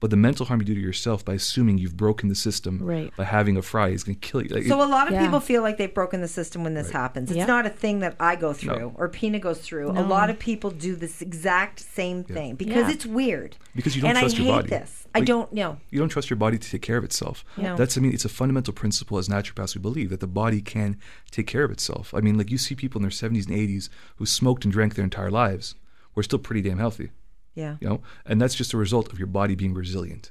Speaker 5: But the mental harm you do to yourself by assuming you've broken the system
Speaker 4: Right.
Speaker 5: by having a fry is going to kill you. Like,
Speaker 3: So a lot of
Speaker 4: Yeah.
Speaker 3: people feel like they've broken the system when this happens. It's
Speaker 4: Yep.
Speaker 3: not a thing that I go through or Pina goes through. A lot of people do this exact same thing because
Speaker 4: Yeah.
Speaker 3: it's weird.
Speaker 5: Because you don't
Speaker 3: and
Speaker 5: trust
Speaker 3: I
Speaker 5: your
Speaker 3: hate
Speaker 5: body.
Speaker 3: This. I
Speaker 5: Like-
Speaker 3: don't know.
Speaker 5: you don't trust your body to take care of itself.
Speaker 3: No.
Speaker 5: That's I mean, it's a fundamental principle as naturopaths we believe that the body can take care of itself. I mean, like you see people in their 70s and 80s who smoked and drank their entire lives, were still pretty damn healthy,
Speaker 3: Yeah.
Speaker 5: you know, and that's just a result of your body being resilient.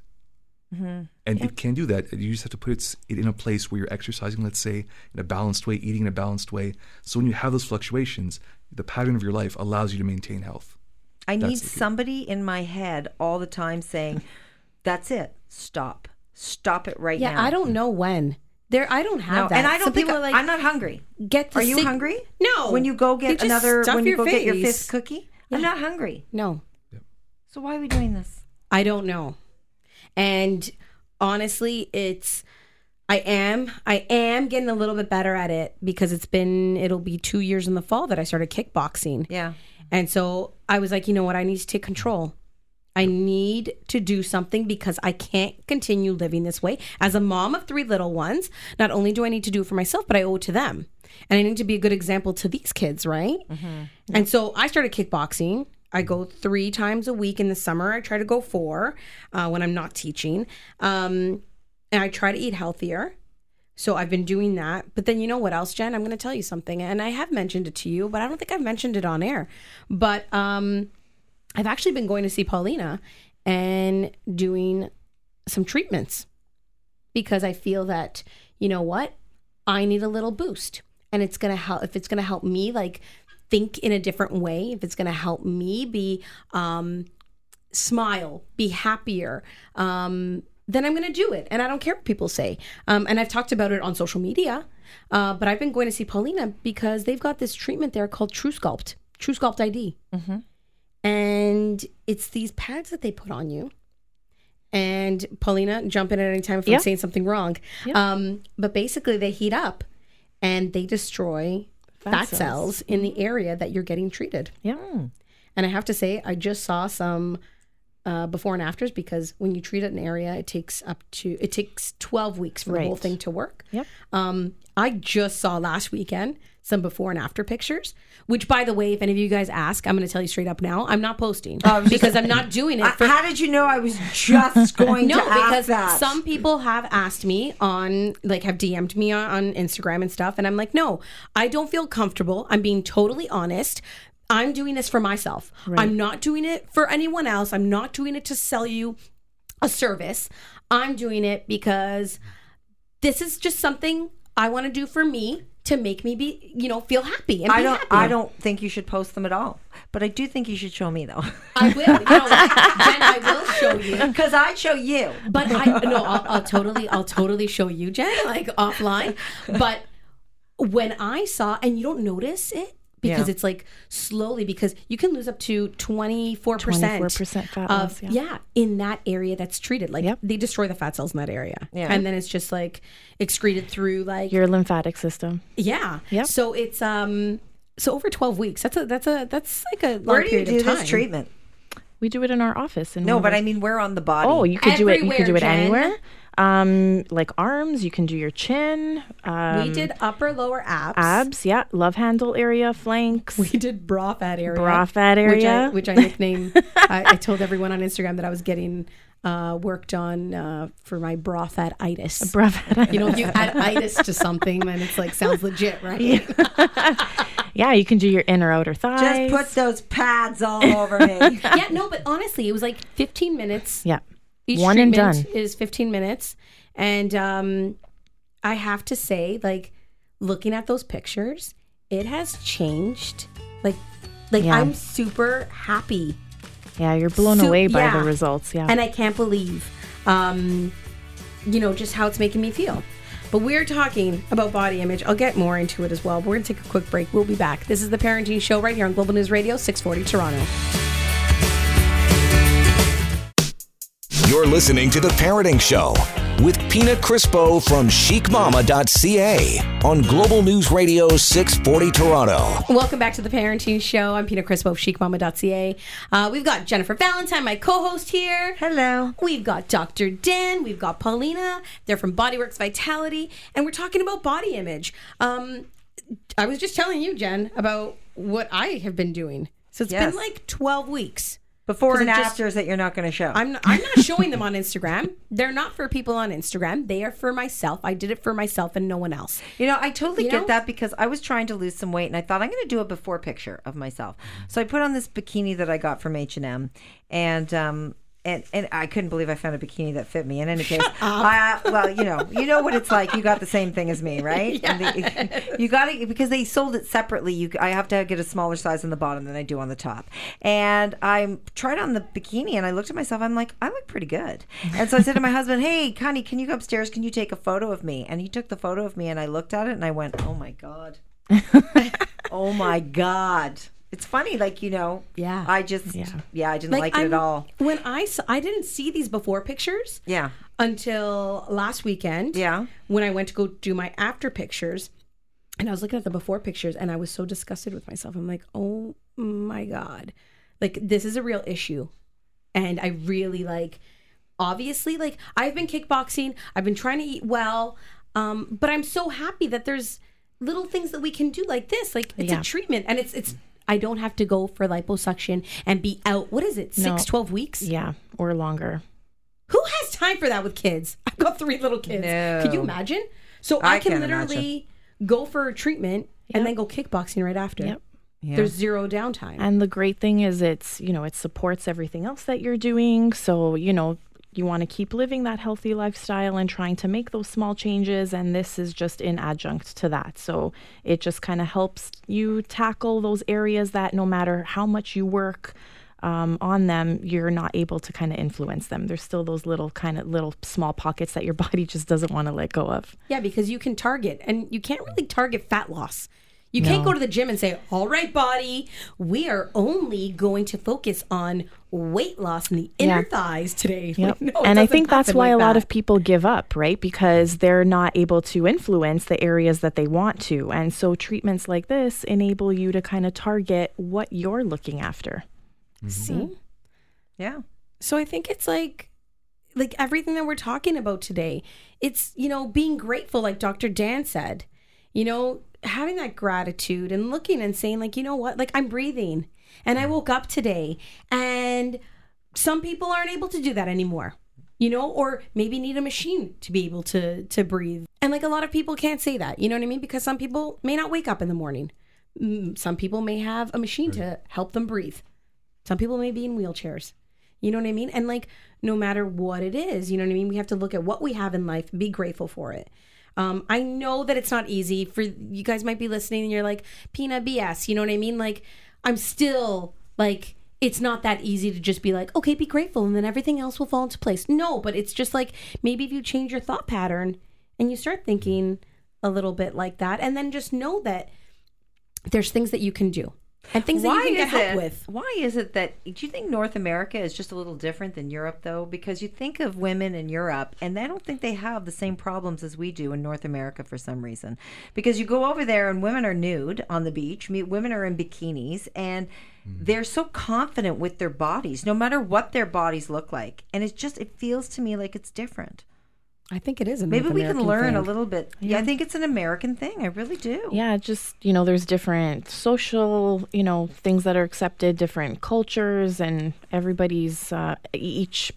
Speaker 5: And it can do that. You just have to put it, it in a place where you're exercising, let's say, in a balanced way, eating in a balanced way. So when you have those fluctuations, the pattern of your life allows you to maintain health.
Speaker 3: I
Speaker 5: That's
Speaker 3: need
Speaker 5: the key.
Speaker 3: somebody in my head all the time saying, "That's it. Stop. Stop it right
Speaker 2: Yeah,
Speaker 3: now."
Speaker 2: I don't know when. There, I don't have
Speaker 3: No,
Speaker 2: that.
Speaker 3: and I don't
Speaker 2: Some
Speaker 3: think
Speaker 2: people are like,
Speaker 3: I'm not hungry.
Speaker 2: get the
Speaker 3: Are you
Speaker 2: sig-
Speaker 3: hungry?
Speaker 2: No.
Speaker 3: When you go
Speaker 2: You
Speaker 3: get
Speaker 2: just
Speaker 3: another,
Speaker 2: stuff
Speaker 3: when
Speaker 2: your
Speaker 3: you go get your
Speaker 2: face.
Speaker 3: fifth cookie, I'm not hungry.
Speaker 2: No,
Speaker 3: So why are we doing this?
Speaker 2: I don't know. And honestly, it's I am I am getting a little bit better at it because it's been it'll be 2 years in the fall that I started kickboxing.
Speaker 3: Yeah.
Speaker 2: And so I was like, you know what? I need to take control. I need to do something because I can't continue living this way. As a mom of three little ones, not only do I need to do it for myself, but I owe it to them. And I need to be a good example to these kids, right? And so I started kickboxing. I go three times a week in the summer. I try to go four uh, when I'm not teaching. Um, and I try to eat healthier. So I've been doing that. But then you know what else, Jen? I'm going to tell you something. And I have mentioned it to you, but I don't think I've mentioned it on air. But um, I've actually been going to see Paulina and doing some treatments because I feel that, you know what? I need a little boost. And it's going to help if it's going to help me like think in a different way, if it's going to help me be um smile, be happier, um, then I'm going to do it. And I don't care what people say. Um, and I've talked about it on social media, uh, but I've been going to see Paulina because they've got this treatment there called True Sculpt, True Sculpt ID. And it's these pads that they put on you. And Paulina, jump in at any time if
Speaker 4: Yeah.
Speaker 2: I'm saying something wrong.
Speaker 4: Yeah.
Speaker 2: Um, but basically, they heat up and they destroy
Speaker 4: Fat
Speaker 2: fat
Speaker 4: cells.
Speaker 2: cells in the area that you're getting treated.
Speaker 4: Yeah.
Speaker 2: And I have to say, I just saw some uh, before and afters because when you treat an area, it takes up to it takes twelve weeks for the whole
Speaker 4: Right.
Speaker 2: thing to work.
Speaker 4: Yep.
Speaker 2: Um, I just saw last weekend some before and after pictures. Which, by the way, if any of you guys ask, I'm going to tell you straight up now, I'm not posting
Speaker 4: Oh,
Speaker 2: because I'm not doing it
Speaker 3: I-
Speaker 2: for
Speaker 3: how did you know I was just going
Speaker 2: no,
Speaker 3: to ask
Speaker 2: because
Speaker 3: that?
Speaker 2: some people have asked me on, like, have DM'd me on, on Instagram and stuff, and I'm like, no, I don't feel comfortable. I'm being totally honest. I'm doing this for myself. I'm not doing it for anyone else. I'm not doing it to sell you a service. I'm doing it because this is just something I want to do for me to make me be, you know, feel happy. And
Speaker 3: I
Speaker 2: be
Speaker 3: don't.
Speaker 2: happy.
Speaker 3: I don't think you should post them at all. But I do think you should show me though,
Speaker 2: I will. No, Jen, I will show you.
Speaker 3: because I'd show you.
Speaker 2: But I no, I'll, I'll totally, I'll totally show you, Jen, like offline. But when I saw, and you don't notice it because
Speaker 3: Yeah.
Speaker 2: it's like slowly, because you can lose up to twenty four percent,
Speaker 4: 24% fat loss, yeah.
Speaker 2: in that area that's treated. Like
Speaker 4: Yep.
Speaker 2: they destroy the fat cells in that area,
Speaker 3: Yeah.
Speaker 2: and then it's just like excreted through, like
Speaker 4: Your lymphatic system.
Speaker 2: yeah.
Speaker 4: Yep.
Speaker 2: So it's um, so over twelve weeks. That's a that's a that's like a long
Speaker 3: Where do you
Speaker 2: period
Speaker 3: do
Speaker 2: of time.
Speaker 3: this treatment?
Speaker 4: We do it in our office. In
Speaker 3: No,
Speaker 4: one of
Speaker 3: but
Speaker 4: our-
Speaker 3: I mean, where on the body?
Speaker 4: Oh, you could do it. You could do it
Speaker 2: Everywhere,
Speaker 4: anywhere. Um, like arms. You can do your chin. Um,
Speaker 2: We did upper lower abs.
Speaker 4: abs. Yeah, love handle area, flanks.
Speaker 2: We did bra fat area.
Speaker 4: Bra fat area.
Speaker 2: Which I, which I nicknamed, I, I told everyone on Instagram that I was getting uh, worked on uh, for my bra fat itis.
Speaker 4: Bra fat.
Speaker 2: you know, if you add itis to something, then it's like, sounds legit, right?
Speaker 4: Yeah, you can do your inner outer thighs.
Speaker 3: just put those pads all over me.
Speaker 2: yeah, no, but honestly, it was like 15 minutes.
Speaker 4: Yeah.
Speaker 2: Each
Speaker 4: One and
Speaker 2: treatment
Speaker 4: done.
Speaker 2: is 15 minutes. And um, I have to say, like, looking at those pictures, it has changed. Like, like
Speaker 4: Yeah.
Speaker 2: I'm super happy
Speaker 4: Yeah, you're blown
Speaker 2: So-
Speaker 4: away by
Speaker 2: yeah.
Speaker 4: the results. Yeah.
Speaker 2: And I can't believe, um, you know, just how it's making me feel. But we're talking about body image. I'll get more into it as well. We're going to take a quick break. We'll be back. This is the Parenting Show right here on Global News Radio, 640 Toronto.
Speaker 1: You're listening to The Parenting Show with Pina Crispo from chicmama.ca on Global News Radio 640 Toronto.
Speaker 2: Welcome back to the Parenting Show. I'm Pina Crispo of chicmama.ca. Uh, we've got Jennifer Valentine, my co-host here.
Speaker 3: Hello.
Speaker 2: We've got Dr. Dan. We've got Paulina. They're from Bodyworks Vitality, and we're talking about body image. Um, I was just telling you, Jen, about what I have been doing. So it's
Speaker 3: Yes.
Speaker 2: been like 12 weeks.
Speaker 3: Before
Speaker 2: 'Cause
Speaker 3: and
Speaker 2: it just-
Speaker 3: afters that you're not going to show.
Speaker 2: I'm I'm not showing them on Instagram. They're not for people on Instagram. They are for myself. I did it for myself and no one else.
Speaker 3: You know, I totally
Speaker 2: You
Speaker 3: get
Speaker 2: know?
Speaker 3: that because I was trying to lose some weight and I thought I'm going to do a before picture of myself.
Speaker 2: Mm-hmm.
Speaker 3: So I put on this bikini that I got from H and M, and um. And, and I couldn't believe I found a bikini that fit me. In any case, I, well, you know, you know what it's like. You got the same thing as me, right? And the- you got it e, because they sold it separately. You, I have to get a smaller size on the bottom than I do on the top. And I tried on the bikini, and I looked at myself. I'm like, I look pretty good. And so I said to my husband, Hey, Connie, can you go upstairs? Can you take a photo of me? And he took the photo of me, and I looked at it, and I went, Oh my god. Oh my god. It's funny, like you know.
Speaker 2: Yeah.
Speaker 3: I just yeah, I didn't like, it
Speaker 2: I'm-
Speaker 3: at all.
Speaker 2: When I saw, I didn't see these before pictures.
Speaker 3: Yeah.
Speaker 2: until last weekend.
Speaker 3: Yeah.
Speaker 2: When I went to go do my after pictures and I was looking at the before pictures and I was so disgusted with myself. I'm like, oh my God. Like, this is a real issue. And I really like, obviously, like, I've been kickboxing, I've been trying to eat well, um, but I'm so happy that there's little things that we can do like this. Like, it's
Speaker 4: Yeah.
Speaker 2: a treatment and it's, it's, I don't have to go for liposuction and be out. What is it? Six,
Speaker 4: No.
Speaker 2: twelve weeks?
Speaker 4: yeah, or longer.
Speaker 2: Who has time for that with kids? I've got three little kids.
Speaker 3: No.
Speaker 2: Could you imagine? So I,
Speaker 3: I
Speaker 2: can
Speaker 3: can't
Speaker 2: literally go for a treatment and then go kickboxing right after.
Speaker 4: Yep.
Speaker 3: Yeah.
Speaker 2: There's zero downtime.
Speaker 4: And the great thing is it's, you know, it supports everything else that you're doing. So, you know, you want to keep living that healthy lifestyle and trying to make those small changes and this is just in adjunct to that. So, it just kind of helps you tackle those areas that no matter how much you work um, on them, you're not able to kind of influence them. There's still those little kind of little small pockets that your body just doesn't want to let go of.
Speaker 2: yeah, because you can target and you can't really target fat loss. You can't go to the gym and say, "All right, body, we are only going to focus on weight loss in the inner
Speaker 4: Yeah.
Speaker 2: thighs today." Like,
Speaker 4: Yep.
Speaker 2: no, it
Speaker 4: and I
Speaker 2: doesn't
Speaker 4: think that's
Speaker 2: happen
Speaker 4: why
Speaker 2: like
Speaker 4: a lot
Speaker 2: that.
Speaker 4: of people give up, right? Because they're not able to influence the areas that they want to. And so treatments like this enable you to kind of target what you're looking after.
Speaker 2: see.
Speaker 3: yeah.
Speaker 2: So I think it's like like everything that we're talking about today. It's, you know, being grateful like Dr. Dan said. You know, having that gratitude and looking and saying like, you know what? Like I'm breathing and I woke up today and some people aren't able to do that anymore. You know, or maybe need a machine to be able to to breathe. And like a lot of people can't say that. You know what I mean? Because some people may not wake up in the morning. Mm, Some people may have a machine to help them breathe. Some people may be in wheelchairs. You know what I mean? And like, no matter what it is, you know what I mean? We have to look at what we have in life, be grateful for it. Um, I know that it's not easy for you guys might be listening and you're like, Pina BS, you know what I mean? Like, I'm still like, it's not that easy to just be like, okay, be grateful and then everything else will fall into place. No, but it's just like maybe if you change your thought pattern and you start thinking a little bit like that, and then just know that there's things that you can do and things that you can get
Speaker 3: is
Speaker 2: help
Speaker 3: it,
Speaker 2: with.
Speaker 3: Why is it that do you think North America is just a little different than Europe though? Because you think of women in Europe and I don't think they have the same problems as we do in North America for some reason. Because you go over there and women are nude on the beach, me- women are in bikinis and they're so confident with their bodies no matter what their bodies look like. And it's just it feels to me like it's different.
Speaker 2: I think it is. A
Speaker 3: Maybe
Speaker 2: North
Speaker 3: we can
Speaker 2: American
Speaker 3: learn a
Speaker 2: thing.
Speaker 3: little bit. Yeah, I think it's an American thing. I really do.
Speaker 4: Yeah, just, you know, there's different social, you know, things that are accepted, different cultures, and everybody's, uh, each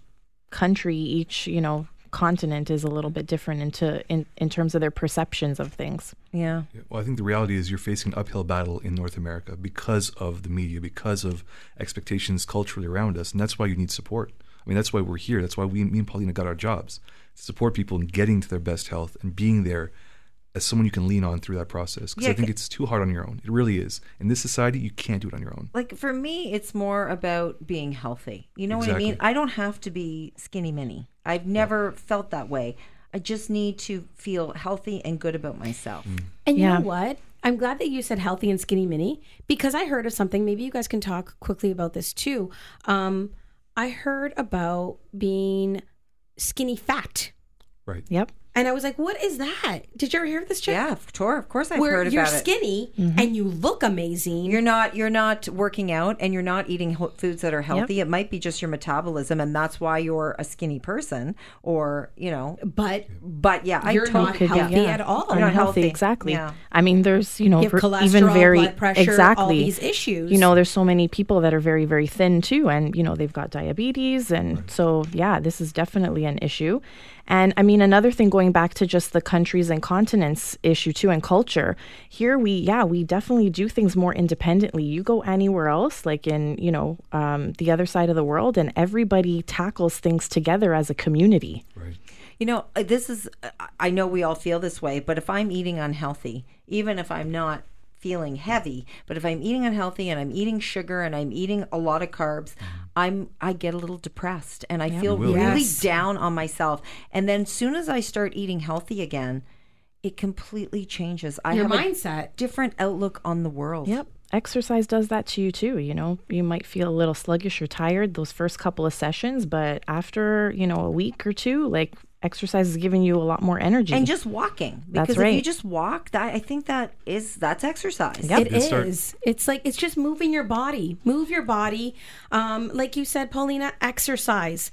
Speaker 4: country, each, you know, continent is a little bit different into in, in terms of their perceptions of things.
Speaker 3: Yeah.
Speaker 5: Yeah, Well, I think the reality is you're facing an uphill battle in North America because of the media, because of expectations culturally around us, and that's why you need support. I mean, that's why we're here. That's why we, me and Paulina got our jobs to support people in getting to their best health and being there as someone you can lean on through that process because
Speaker 3: Yeah,
Speaker 5: I think
Speaker 3: c-
Speaker 5: it's too hard on your own. It really is. In this society, you can't do it on your own.
Speaker 3: Like for me, it's more about being healthy. You know what I
Speaker 5: Exactly.
Speaker 3: mean? I don't have to be skinny mini. I've never felt that way. I just need to feel healthy and good about myself.
Speaker 2: And
Speaker 4: Yeah.
Speaker 2: you know what? I'm glad that you said healthy and skinny mini because I heard of something. Maybe you guys can talk quickly about this too. Um, I heard about being skinny fat,
Speaker 5: Right.
Speaker 4: Yep.
Speaker 2: and I was like, "What is that? Did you ever hear of this, Chick?
Speaker 3: Yeah, of course. Of course, I've
Speaker 2: Where
Speaker 3: heard
Speaker 2: you're
Speaker 3: about it.
Speaker 2: skinny and you look amazing.
Speaker 3: You're not you're not working out and you're not eating ho- foods that are healthy. It might be just your metabolism, and that's why you're a skinny person, or you know.
Speaker 2: but
Speaker 3: But yeah, I
Speaker 2: You're
Speaker 3: totally
Speaker 2: not healthy at all.
Speaker 3: You're not
Speaker 4: Unhealthy,
Speaker 3: healthy.
Speaker 4: exactly.
Speaker 3: Yeah.
Speaker 4: I mean, there's you know
Speaker 2: you have
Speaker 4: ver-
Speaker 2: cholesterol,
Speaker 4: even very
Speaker 2: blood pressure,
Speaker 4: exactly
Speaker 2: all these issues.
Speaker 4: You know, there's so many people that are very very thin too, and you know they've got diabetes, and so yeah, this is definitely an issue. And I mean, another thing going back to just the countries and continents issue too, and culture. Here we yeah we definitely do things more independently. You go anywhere else, like in you know um, the other side of the world, and everybody tackles things together as a community.
Speaker 5: Right.
Speaker 3: You know, uh, this is, I- I know we all feel this way, but if I'm eating unhealthy, even if I'm not feeling heavy, but if I'm eating unhealthy and I'm eating sugar and I'm eating a lot of carbs, I'm I get a little depressed and I feel
Speaker 5: will,
Speaker 3: really
Speaker 2: yes.
Speaker 3: down on myself. And then soon as I start eating healthy again, it completely changes. I
Speaker 2: your
Speaker 3: have a
Speaker 2: mindset.
Speaker 3: different outlook on the world.
Speaker 4: Yep. Exercise does that to you too, you know. You might feel a little sluggish or tired those first couple of sessions, but after, you know, a week or two, like exercise is giving you a lot more energy.
Speaker 3: And just walking.
Speaker 4: That's
Speaker 3: Because if you
Speaker 4: right.
Speaker 3: just walk, that I think that is that's exercise.
Speaker 4: Yep.
Speaker 2: It
Speaker 5: Good start.
Speaker 2: is. It's like it's just moving your body. Move your body. Um, like you said, Paulina, exercise.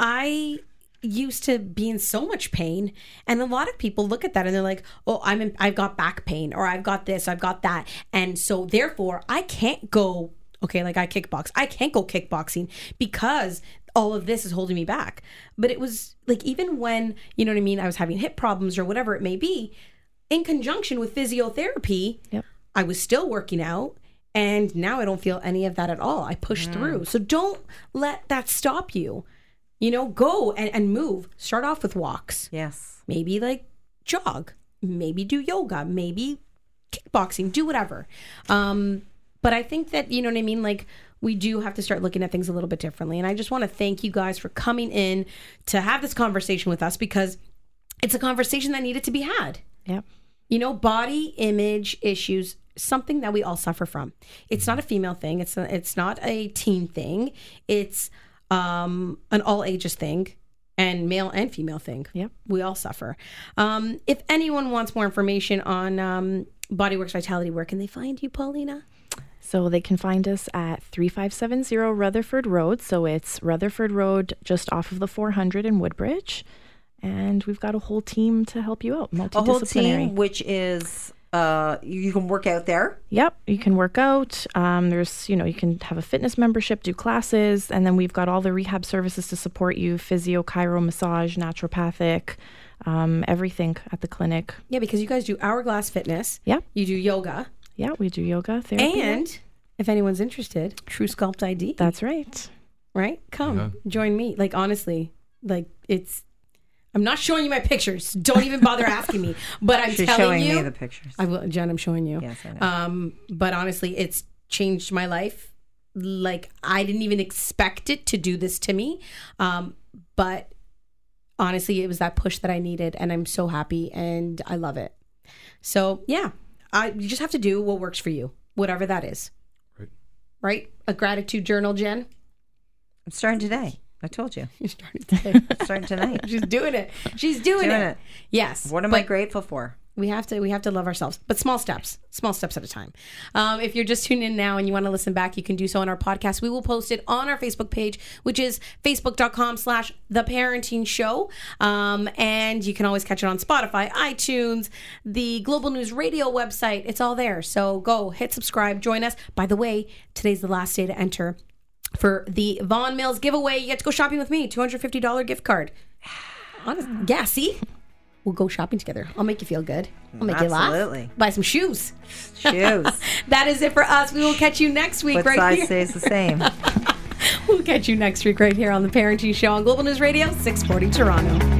Speaker 2: I used to be in so much pain, and a lot of people look at that and they're like, "Oh, I'm in, I've got back pain, or I've got this, I've got that," and so therefore I can't go. Okay, like I kickbox, I can't go kickboxing because all of this is holding me back. But it was like even when you know what I mean, I was having hip problems or whatever it may be. In conjunction with physiotherapy, I was still working out and now I don't feel any of that at all. I push through. So don't let that stop you. You know, go and, and move. Start off with walks.
Speaker 3: Yes.
Speaker 2: Maybe like jog. Maybe do yoga. Maybe kickboxing. Do whatever. Um, but I think that, you know what I mean? Like we do have to start looking at things a little bit differently. And I just want to thank you guys for coming in to have this conversation with us because it's a conversation that needed to be had
Speaker 4: yep.
Speaker 2: you know body image issues something that we all suffer from it's not a female thing it's a, it's not a teen thing it's um an all ages thing and male and female thing
Speaker 4: Yep.
Speaker 2: we all suffer um if anyone wants more information on um bodyworks vitality where can they find you paulina
Speaker 4: So they can find us at 3570 Rutherford Road, so it's Rutherford Road just off of the 400 in Woodbridge. And we've got a whole team to help you out, multidisciplinary.
Speaker 3: a whole team, which is uh, you, you can work out there.
Speaker 4: Yep, you can work out. Um, there's, you know, you can have a fitness membership, do classes, and then we've got all the rehab services to support you: physio, chiro, massage, naturopathic, um, everything at the clinic.
Speaker 2: yeah because you guys do hourglass fitness
Speaker 4: Yeah,
Speaker 2: you do yoga
Speaker 4: yeah, we do yoga therapy.
Speaker 2: and if anyone's interested true sculpt id
Speaker 4: that's right.
Speaker 2: right? Come
Speaker 5: Yeah.
Speaker 2: join me. Like honestly, like it's. I'm not showing you my pictures. Don't even bother asking me. But I'm
Speaker 3: She's
Speaker 2: telling
Speaker 3: showing
Speaker 2: you,
Speaker 3: me the pictures.
Speaker 2: I will, Jen. I'm showing you.
Speaker 3: Yes, I know.
Speaker 2: Um, but honestly, it's changed my life. Like I didn't even expect it to do this to me. Um, but honestly, it was that push that I needed, and I'm so happy and I love it. So yeah, I you just have to do what works for you, whatever that is.
Speaker 5: Right.
Speaker 2: Right? A gratitude journal, Jen.
Speaker 3: I'm starting today. I told you.
Speaker 2: You started there.
Speaker 3: I'm starting tonight.
Speaker 2: She's doing it. She's doing,
Speaker 3: Doing
Speaker 2: it.
Speaker 3: it.
Speaker 2: Yes.
Speaker 3: What am
Speaker 2: But
Speaker 3: I grateful for?
Speaker 2: We have to we have to love ourselves, but small steps, small steps at a time. Um, if you're just tuning in now and you want to listen back, you can do so on our podcast. We will post it on our Facebook page, which is facebook.com/slash The Parenting Show, um, and you can always catch it on Spotify, iTunes, the Global News Radio website. It's all there. So go hit subscribe, join us. By the way, today's the last day to enter. For the Vaughn Mills giveaway, you get to go shopping with me, $250 gift card. Honest, yeah, see? We'll go shopping together. I'll make you feel good. I'll make you
Speaker 3: Absolutely.
Speaker 2: laugh. Buy some shoes.
Speaker 3: Shoes.
Speaker 2: That is it for us. We will catch you next week
Speaker 3: what
Speaker 2: right
Speaker 3: size
Speaker 2: here.
Speaker 3: stays the same?
Speaker 2: We'll catch you next week right here on the Parenting Show on Global News Radio, 640 Toronto.